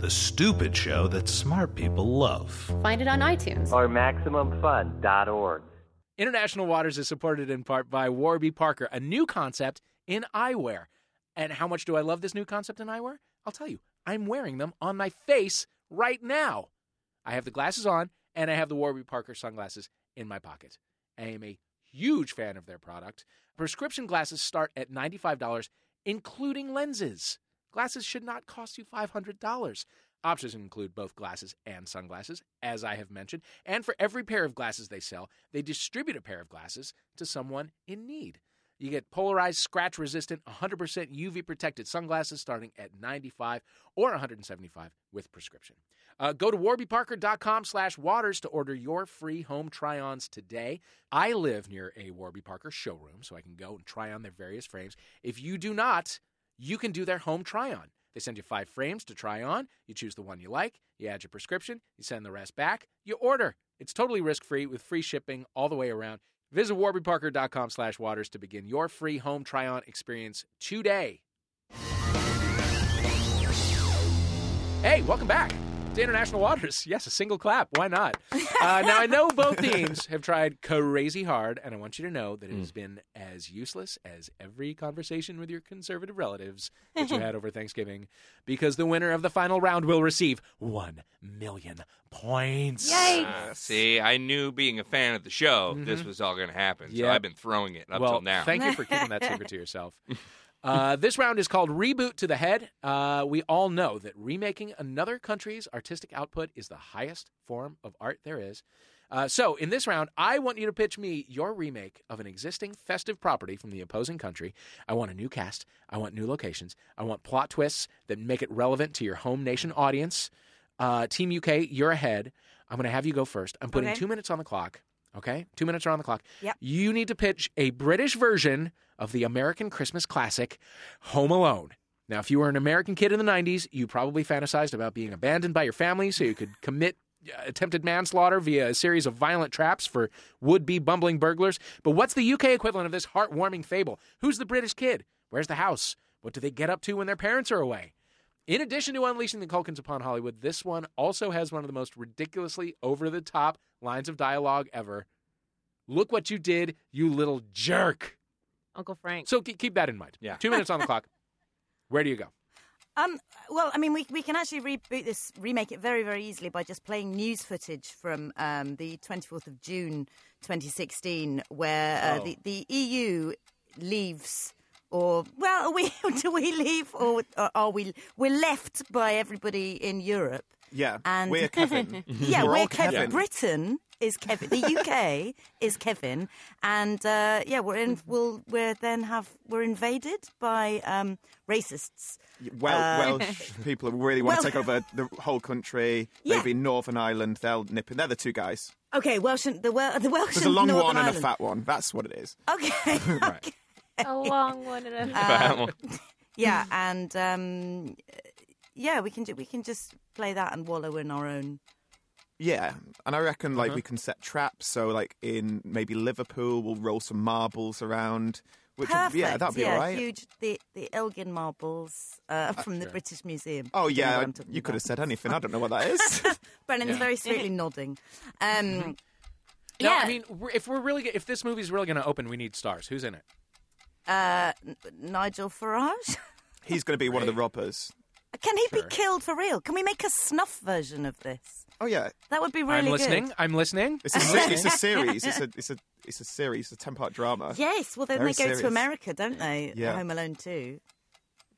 The stupid show that smart people love.
Find it on iTunes.
Or MaximumFun.org.
International Waters is supported in part by Warby Parker, a new concept in eyewear. And how much do I love this new concept in eyewear? I'll tell you. I'm wearing them on my face right now. I have the glasses on and I have the Warby Parker sunglasses in my pocket. I am a huge fan of their product. Prescription glasses start at $95, including lenses. Glasses should not cost you $500. Options include both glasses and sunglasses, as I have mentioned. And for every pair of glasses they sell, they distribute a pair of glasses to someone in need. You get polarized, scratch resistant, 100% UV protected sunglasses starting at 95 or 175 with prescription. Uh, go to warbyparker.com slash waters to order your free home try ons today. I live near a Warby Parker showroom, so I can go and try on their various frames. If you do not, you can do their home try on. They send you five frames to try on. You choose the one you like, you add your prescription, you send the rest back, you order. It's totally risk free with free shipping all the way around. Visit warbyparker.com slash waters to begin your free home try on experience today. Hey, welcome back to International Waters. Yes, a single clap. Why not? Uh, now, I know both teams have tried crazy hard, and I want you to know that it has been as useless as every conversation with your conservative relatives that you had over Thanksgiving because the winner of the final round will receive one million points.
Ah, see, I knew being a fan of the show, this was all going to happen. So
Yeah.
I've been throwing it up
well,
till now.
Thank you for keeping that secret to yourself. Uh, this round is called Reboot to the Head. Uh, we all know that remaking another country's artistic output is the highest form of art there is. Uh, so, in this round, I want you to pitch me your remake of an existing festive property from the opposing country. I want a new cast. I want new locations. I want plot twists that make it relevant to your home nation audience. Uh, Team UK, you're ahead. I'm going to have you go first. I'm putting
Okay.
two minutes on the clock. Okay? Two minutes are on the clock.
Yep.
You need to pitch a British version of the American Christmas classic, Home Alone. Now, if you were an American kid in the 90s, you probably fantasized about being abandoned by your family so you could commit uh, attempted manslaughter via a series of violent traps for would be bumbling burglars. But what's the UK equivalent of this heartwarming fable? Who's the British kid? Where's the house? What do they get up to when their parents are away? In addition to unleashing the Culkins upon Hollywood, this one also has one of the most ridiculously over the top lines of dialogue ever. Look what you did, you little jerk.
Uncle Frank.
So ke- keep that in mind. Yeah. Two minutes on the clock. Where do you go?
Um, well, I mean, we, we can actually reboot this, remake it very, very easily by just playing news footage from um, the 24th of June 2016, where uh,
Oh.
the, the EU leaves. Or well, are we do we leave, or, or are we we're left by everybody in Europe?
Yeah,
And
we're Kevin.
yeah,
We're
we're,
all
Kevin.
Kevin.
Britain is Kevin. The UK is Kevin, and uh, yeah, we're in. We'll we're then have we're invaded by um, racists.
Well,
Uh,
Welsh people who really want
Well-
to take over the whole country.
Yeah.
Maybe Northern Ireland. They'll nip in. They're the two guys.
Okay, Welsh and the, Wel- the Welsh.
There's a long
and Northern
one and a
Ireland.
fat one. That's what it is.
Okay.
A long one and a
Uh, yeah, and um, yeah, we can ju- we can just play that and wallow in our own.
Yeah, and I reckon like
Uh-huh.
we can set traps. So like in maybe Liverpool, we'll roll some marbles around. Which
Perfect.
yeah, that'd be
yeah,
all right.
Huge the the Elgin marbles uh, from the
sure.
British Museum.
Oh
Don't know
yeah,
what
I-
I'm talking
you could
about.
have said anything. I don't know what that is.
Brennan's
Yeah.
very sweetly nodding. Um,
No,
yeah,
I mean, we're- if we're really, if this movie's really going to open, we need stars. Who's in it?
uh, N- Nigel Farage.
He's going to be one of the robbers.
Can he be
Sure.
killed for real? Can we make a snuff version of this?
Oh yeah,
That would be really
I'm
good.
listening. I'm listening.
It's a, se- it's a series. It's a it's a it's a series. A ten part drama.
Yes, well then
Very
they go
serious.
to America, don't they?
Yeah.
Home Alone 2.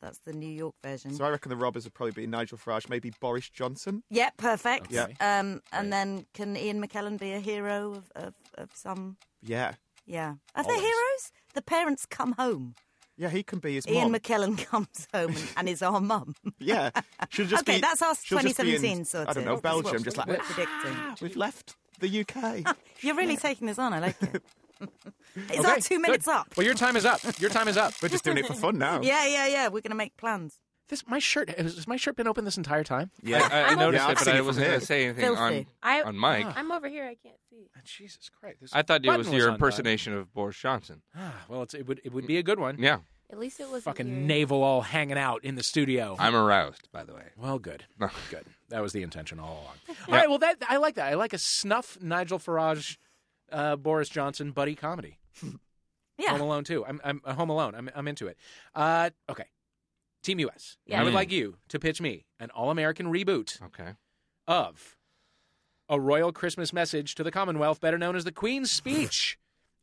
That's the New York version.
So I reckon the robbers would probably be Nigel Farage, maybe Boris Johnson.
yeah, perfect.
Yeah.
Um, and then can Ian McKellen be a hero of, of, of some?
Yeah,
Yeah. Are
Always.
they heroes? The parents come home.
yeah, he can be his
Ian
mom.
McKellen comes home and, and is our mum.
yeah, she'll just
okay,
be-
that's us
she'll just be in,
2017 sort
I don't
of.
know
That's what
Belgium, just like
we're predicting.
"Ah, we've left the UK.
You're really taking this on. I like it. is our two minutes up?
Well, your time is up. Your time is up.
We're just doing it for fun now.
Yeah, yeah, yeah. We're going to make plans.
This my shirt has my shirt been open this entire time?
Yeah. I- I I'm noticed over it, but here. I
was
wasn't gonna say anything on- Filthy.
I,
on mic.
I'm over here. I can't see.
Ah, Jesus Christ!
I thought it
button
was
was
your
undone.
impersonation of Boris Johnson.
well, it's, it would it would be a good one.
Yeah.
At least it was
Fucking navel all hanging out in the studio.
I'm aroused, by the way.
Well, good. Good. That was the intention all along. All right. Well, that I like that. I like a snuff Nigel Farage uh, Boris Johnson buddy comedy.
Yeah.
Home Alone too. I'm, I'm uh, Home Alone. I'm, I'm into it. Uh, okay. Team US.
Yeah.
I would
Mm.
like you to pitch me an all American reboot
okay.
of A Royal Christmas Message to the Commonwealth, better known as the Queen's Speech.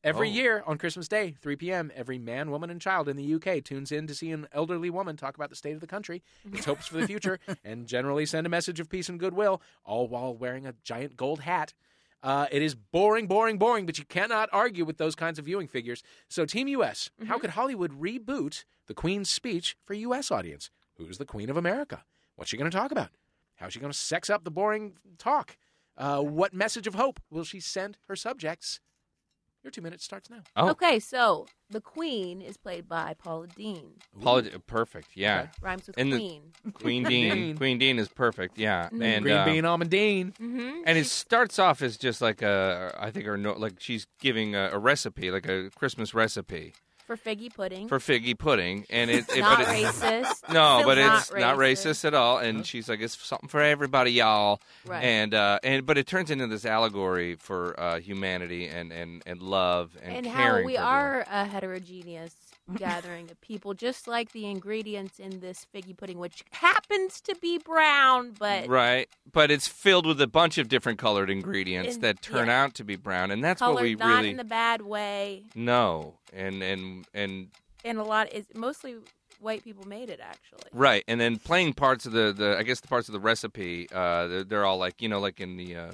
Every
Oh.
year on Christmas Day, 3 p.m., every man, woman, and child in the UK tunes in to see an elderly woman talk about the state of the country, its hopes for the future, and generally send a message of peace and goodwill, all while wearing a giant gold hat. Uh, it is boring, boring, boring, but you cannot argue with those kinds of viewing figures. So, Team US, how could Hollywood reboot the Queen's speech for US audience? Who's the Queen of America? What's she going to talk about? How's she going to sex up the boring talk? Uh, what message of hope will she send her subjects? Your two minutes starts now.
Oh,
Okay, so the queen is played by Paula Dean.
Paula, perfect. Yeah,
Okay. Rhymes with
And the-
queen.
Queen Dean. Queen Dean is perfect. Yeah,
Mhm.
and
Green
uh,
bean almondine.
And it starts off as just like a, I think, or no, like she's giving a, a recipe, like a Christmas recipe
For figgy pudding.
for figgy pudding, and it, it
Not
but it,
racist.
No,
Still
but
not
it's not racist at all. And she's like, it's something for everybody, y'all.
Right.
And uh, and but it turns into this allegory for uh, humanity and and and love and,
and how
caring.
we are a heterogeneous gathering of people, just like the ingredients in this figgy pudding, which happens to be brown, but
Right, but it's filled with a bunch of different colored ingredients
And-
that turn
yeah.
out to be brown, and that's
colored
what we
not
really
in the bad way.
know. And and and
And a lot is mostly white people made it actually.
Right, and then playing parts of the, the I guess the parts of the recipe, uh, they're, they're all like you know like in the uh,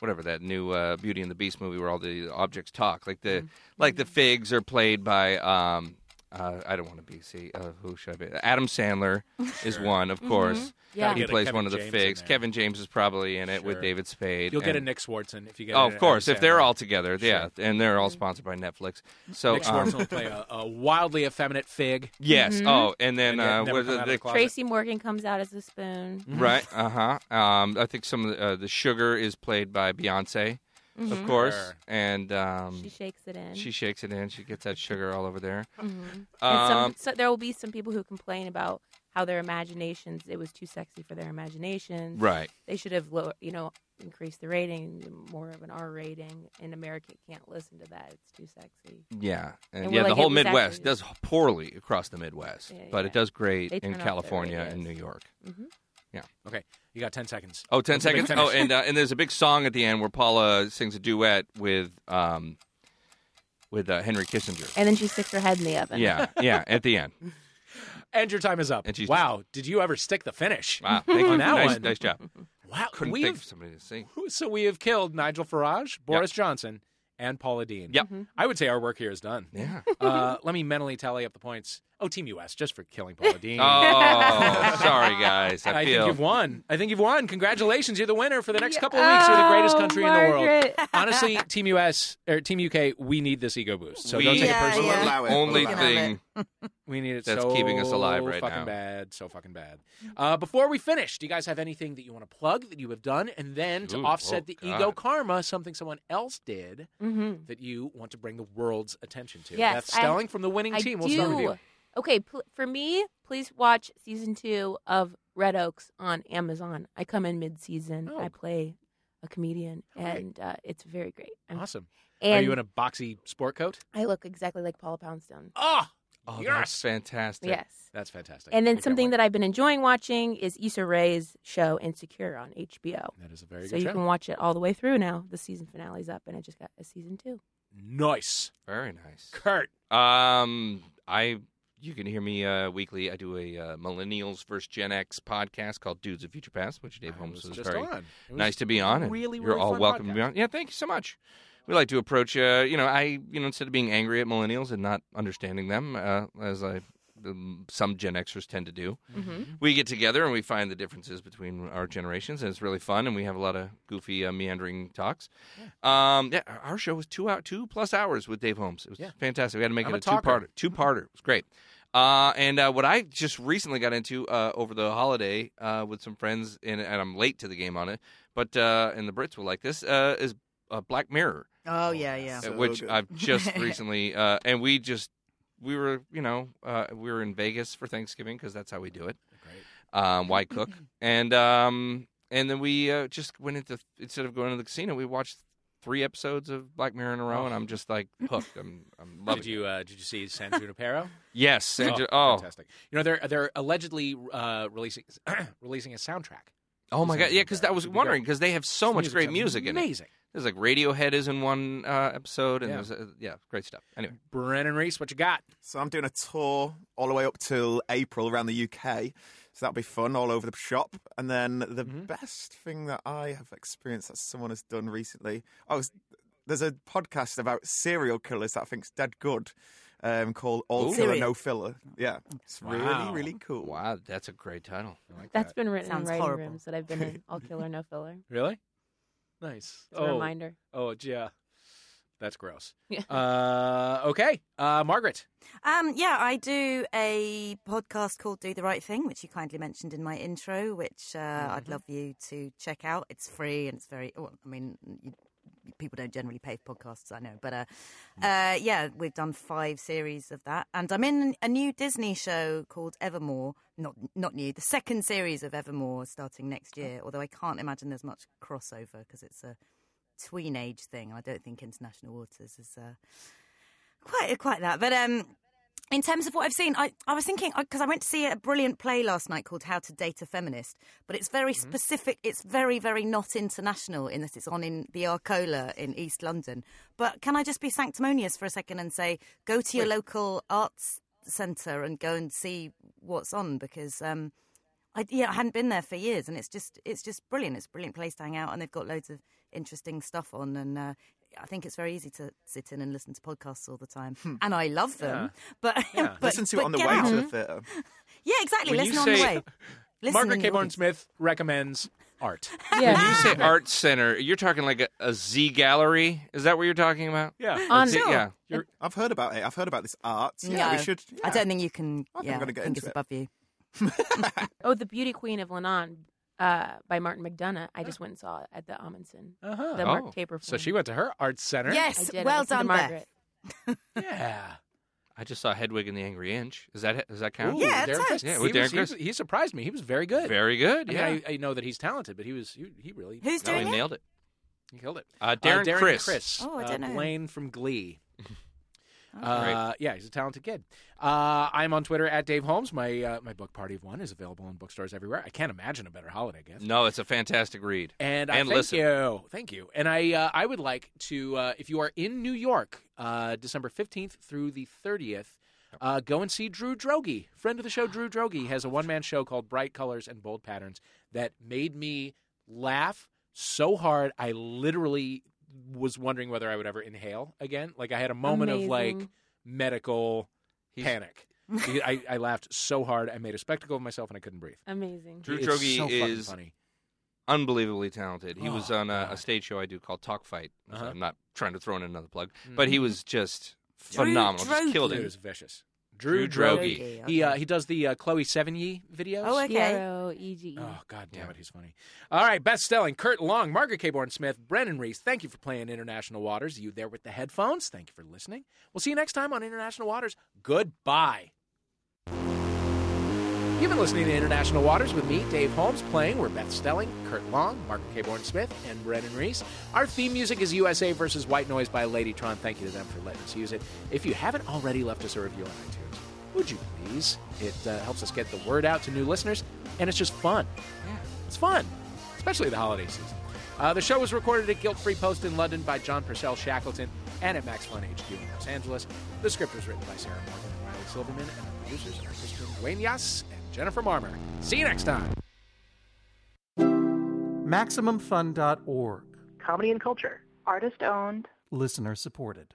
whatever that new uh, Beauty and the Beast movie where all the objects talk, like the
Mm-hmm.
like the figs are played by um, uh, I don't want to be see uh, who should I be Adam Sandler is one of
Mhm.
course
Mm-hmm.
Yeah. Gotta
he
get a
plays
Kevin
one of the
James in
figs.
there.
Kevin James is probably in it with
Sure.
David Spade.
You'll get a
and-
Nick Swartzen if you get.
Oh,
an
of course,
Adam
if they're
Sandler.
all together, yeah, and they're all sponsored by Netflix. So
Nick
um,
Swartzen will play a, a wildly effeminate fig.
Yes.
Mhm.
Oh, and
And
then
yet
uh,
never
what
come
is
out
it,
of
the
the closet. Mm-hmm.
Tracy Morgan comes out as a spoon.
Right. Uh huh. Um, I think some of the, uh, the sugar is played by Beyonce, of
Mhm.
course,
Sure.
and um,
She shakes it in.
She shakes it in. She gets that sugar all over there.
Mhm. and some,
Um,
so there will be some people who complain about how their imaginations it was too sexy for their imaginations.
Right.
They should have lower, you know, increased the rating, more of an R rating. And America can't listen to that; it's too sexy.
yeah, and,
And
yeah.
we're
the
like,
whole
it was
Midwest
actually-
does poorly across the Midwest,
Yeah,
but it does great
They turn
in
off their
California and
radios.
New York.
Mhm.
Yeah.
Okay, you got ten seconds.
Oh, 10
That's a big
seconds.
finish.
Oh, and uh, and there's a big song at the end where Paula sings a duet with um, with uh, Henry Kissinger.
And then she sticks her head in the oven.
Yeah, yeah. At the end.
and your time is up.
And she's-
wow, did you ever stick the finish?
Wow. Thank
on
you.
that
Nice,
one.
nice job.
Wow,
Couldn't
we've
think of somebody to sing.
so we have killed Nigel Farage, Boris Johnson, and Paula Dean.
Yep. Mhm.
I would say our work here is done.
Yeah.
uh, let me mentally tally up the points. Oh, Team US, just for killing Paula Dean.
Oh, sorry, guys. I,
think
feel-
you've won. I think you've won. Congratulations. You're the winner for the next couple of weeks. You're the greatest
Oh,
country in the
Margaret.
world. Honestly, Team US or Team UK, we need this ego boost. So
We-
don't take
Yeah,
it personally.
yeah. We'll allow it. We'll Only allow it. thing
we need it
that's
so
keeping us alive right
fucking
now.
bad, so fucking bad. Uh, before we finish, do you guys have anything that you want to plug that you have done, and then to
Ooh,
offset
oh,
the
God.
ego karma, something someone else did
Mhm.
that you want to bring the world's attention to?
Yes,
That's
I-
Stelling from the winning
I
team.
Do.
We'll start with you.
Okay, pl- for me, please watch season two of Red Oaks on Amazon. I come in mid-season.
Oh.
I play a comedian,
right.
and uh, it's very great. I'm-
Awesome. Are
And
you in a boxy sport coat?
I look exactly like Paula Poundstone.
Oh,
Oh,
yes.
that's fantastic.
Yes.
That's fantastic.
And
We
then
can't
something
wait.
that I've been enjoying watching is Issa Rae's show Insecure on HBO.
That is a very
so
good
you
show.
can watch it all the way through now. The season finale's up, and I just got a season two.
Nice.
Very nice.
Kurt.
Um, I you can hear me uh, weekly. I do a uh, Millennials versus Gen X podcast called Dudes of Future Past, which Dave Holmes
was
was,
just
very
on. It was
nice to be on. and
really,
you're
really
all
fun
welcome to be on. Yeah, thank you so much. We like to approach, uh, you know, I, you know, instead of being angry at millennials and not understanding them, uh, as I, um, some Gen Xers tend to do,
Mm-hmm.
we get together and we find the differences between our generations, and it's really fun. And we have a lot of goofy, uh, meandering talks. Yeah. Um, yeah, our- our show was two out, two plus hours with Dave Holmes. It was
Yeah.
fantastic. We had to make
I'm a
it a,
talker.
two-parter. Two-parter. It was great. Uh, and uh, what I just recently got into uh, over the holiday uh, with some friends, and, and I'm late to the game on it, but uh, and the Brits will like this uh, is uh, Black Mirror,
Oh, yeah, yeah.
uh, which I've just recently, uh, and we just we were you know uh, we were in Vegas for Thanksgiving because that's how we do it. Great. Um, why cook? and um, and then we uh, just went into instead of going to the casino, we watched three episodes of Black Mirror in a row, and I'm just like hooked. I'm I'm loving.
Oh. Did you uh, did you see San Junipero?
Yes, San
oh,
Ju- oh.
fantastic! You know they're they're allegedly uh, releasing releasing a soundtrack.
Oh my god, yeah, because I was wondering because they have so
The
much
music's
great music in it.
amazing.
There's like Radiohead is in one uh, episode, and
Yeah.
there's uh, yeah, great stuff. Anyway,
Brennan Reese, what you got?
So I'm doing a tour all the way up till April around the UK. So that'll be fun all over the shop. And then the
Mm-hmm.
best thing that I have experienced that someone has done recently. Oh, it's- there's a podcast about serial killers that I think's dead good. Um, called All
Ooh.
Killer
Serial.
No Filler. Yeah, it's really
Wow.
really cool.
Wow, that's a great title.
That's been written
Sounds
in writing
horrible.
rooms that I've been in. All killer, no filler.
Really? Nice.
It's a reminder.
Oh yeah, that's gross.
Yeah.
Uh, okay, uh, Margaret.
Um, yeah, I do a podcast called Do the Right Thing, which you kindly mentioned in my intro, which uh, I'd love you to check out. It's free and it's very, well, I mean, you, people don't generally pay for podcasts, I know. But uh, uh, yeah, we've done five series of that. And I'm in a new Disney show called Evermore. Not, not new, the second series of Evermore starting next year, although I can't imagine there's much crossover because it's a tween age thing. and I don't think International Waters is. Uh, quite quite that. But um, in terms of what I've seen, I, I was thinking because I went to see a brilliant play last night called How to Date a Feminist, but it's very specific. It's very very not international in that it's on in the Arcola in East London. But can I just be sanctimonious for a second and say go to your local arts centre and go and see what's on because. Um, I, yeah, I hadn't been there for years, and it's just it's just brilliant. It's a brilliant place to hang out, and they've got loads of interesting stuff on. And uh, I think it's very easy to sit in and listen to podcasts all the time, and I love them. But, but
Hmm. Listen to it
but
on the
get
way to the
out.
theatre.
Yeah, exactly.
When you
listen on the
say-
way. Listen in
Margaret
the
K. Barnes
audience.
Smith recommends art.
Yeah.
When you say art center, you're talking like a, a Z gallery. Is that what you're talking about?
Yeah.
A
Oh,
Z- yeah.
I've heard about it. I've heard about this art. Yeah, we
No,
should.
I
yeah.
don't think you can.
I think
yeah,
I'm gonna get
I think
into
it's
it.
above you.
Oh, the Beauty Queen of Lebanon uh, by Martin McDonough. I just went and saw it at the Amundsen,
Uh-huh.
the Mark Taper.
So she went to her art center.
I
Yes,
did. I
well
went to the
done, Beth.
Margaret.
Yeah.
I just saw Hedwig and the Angry Inch. Is that does that count?
Ooh, Yeah, that Darren counts. Criss.
Yeah,
He
with Darren
was- he was-
Criss.
he surprised me. He was very good.
Very good.
I
Yeah,
mean, I, I know that he's talented, but he was he, he really
Who's
no,
doing
he
it?
nailed it.
he killed it.
Uh, Darren,
Darren
Criss.
Oh, I
uh,
don't know. Oh.
Blaine from Glee. Uh,
Right.
yeah, he's a talented kid. Uh, I'm on Twitter at Dave Holmes. My uh, my book Party of One is available in bookstores everywhere. I can't imagine a better holiday gift.
No, it's a fantastic read.
And, I thank
listen.
you, thank you. And I uh, I would like to, uh, if you are in New York, uh, December fifteenth through the thirtieth, uh, go and see Drew Drogi. Friend of the show, Drew Drogi has a one man show called Bright Colors and Bold Patterns that made me laugh so hard I literally was wondering whether I would ever inhale again. Like I had a moment of like
Amazing.
medical panic. I, I laughed so hard I made a spectacle of myself and I couldn't breathe.
Amazing.
Drew
It's
Drogi
so fucking
is
funny.
unbelievably talented. He was
Oh,
on a, a
God.
stage show I do called Talk Fight. so
Uh-huh.
I'm not trying to throw in another plug, but he
Mhm.
was just
Drew
phenomenal. Just
Drogi.
killed
He
it.
was vicious. Drew,
Drew
Drogi.
Drogi,
He uh, he does the uh, Chloe Sevigny videos.
Oh, okay.
D-R-O-E-G-E.
Oh God damn it, he's funny. All right, Beth Stelling, Kurt Long, Margaret Caborn Smith, Brennan Reese. Thank you for playing International Waters. You there with the headphones? Thank you for listening. We'll see you next time on International Waters. Goodbye. You've been listening to International Waters with me, Dave Holmes, playing. We're Beth Stelling, Kurt Long, Margaret Caborn Smith, and Brennan Reese. Our theme music is USA versus White Noise by Ladytron. Thank you to them for letting us use it. If you haven't already left us a review on iTunes, would you please? It uh, helps us get the word out to new listeners, and it's just fun. It's fun, especially the holiday season. Uh, the show was recorded at Guilt Free Post in London by John Purcell Shackleton and at Max Fun HQ in Los Angeles. The script was written by Sarah Morgan and Riley Silverman, and our producers are Christian Duenas and Jennifer Marmer. See you next time.
MaximumFun.org.
Comedy and culture. Artist owned.
Listener supported.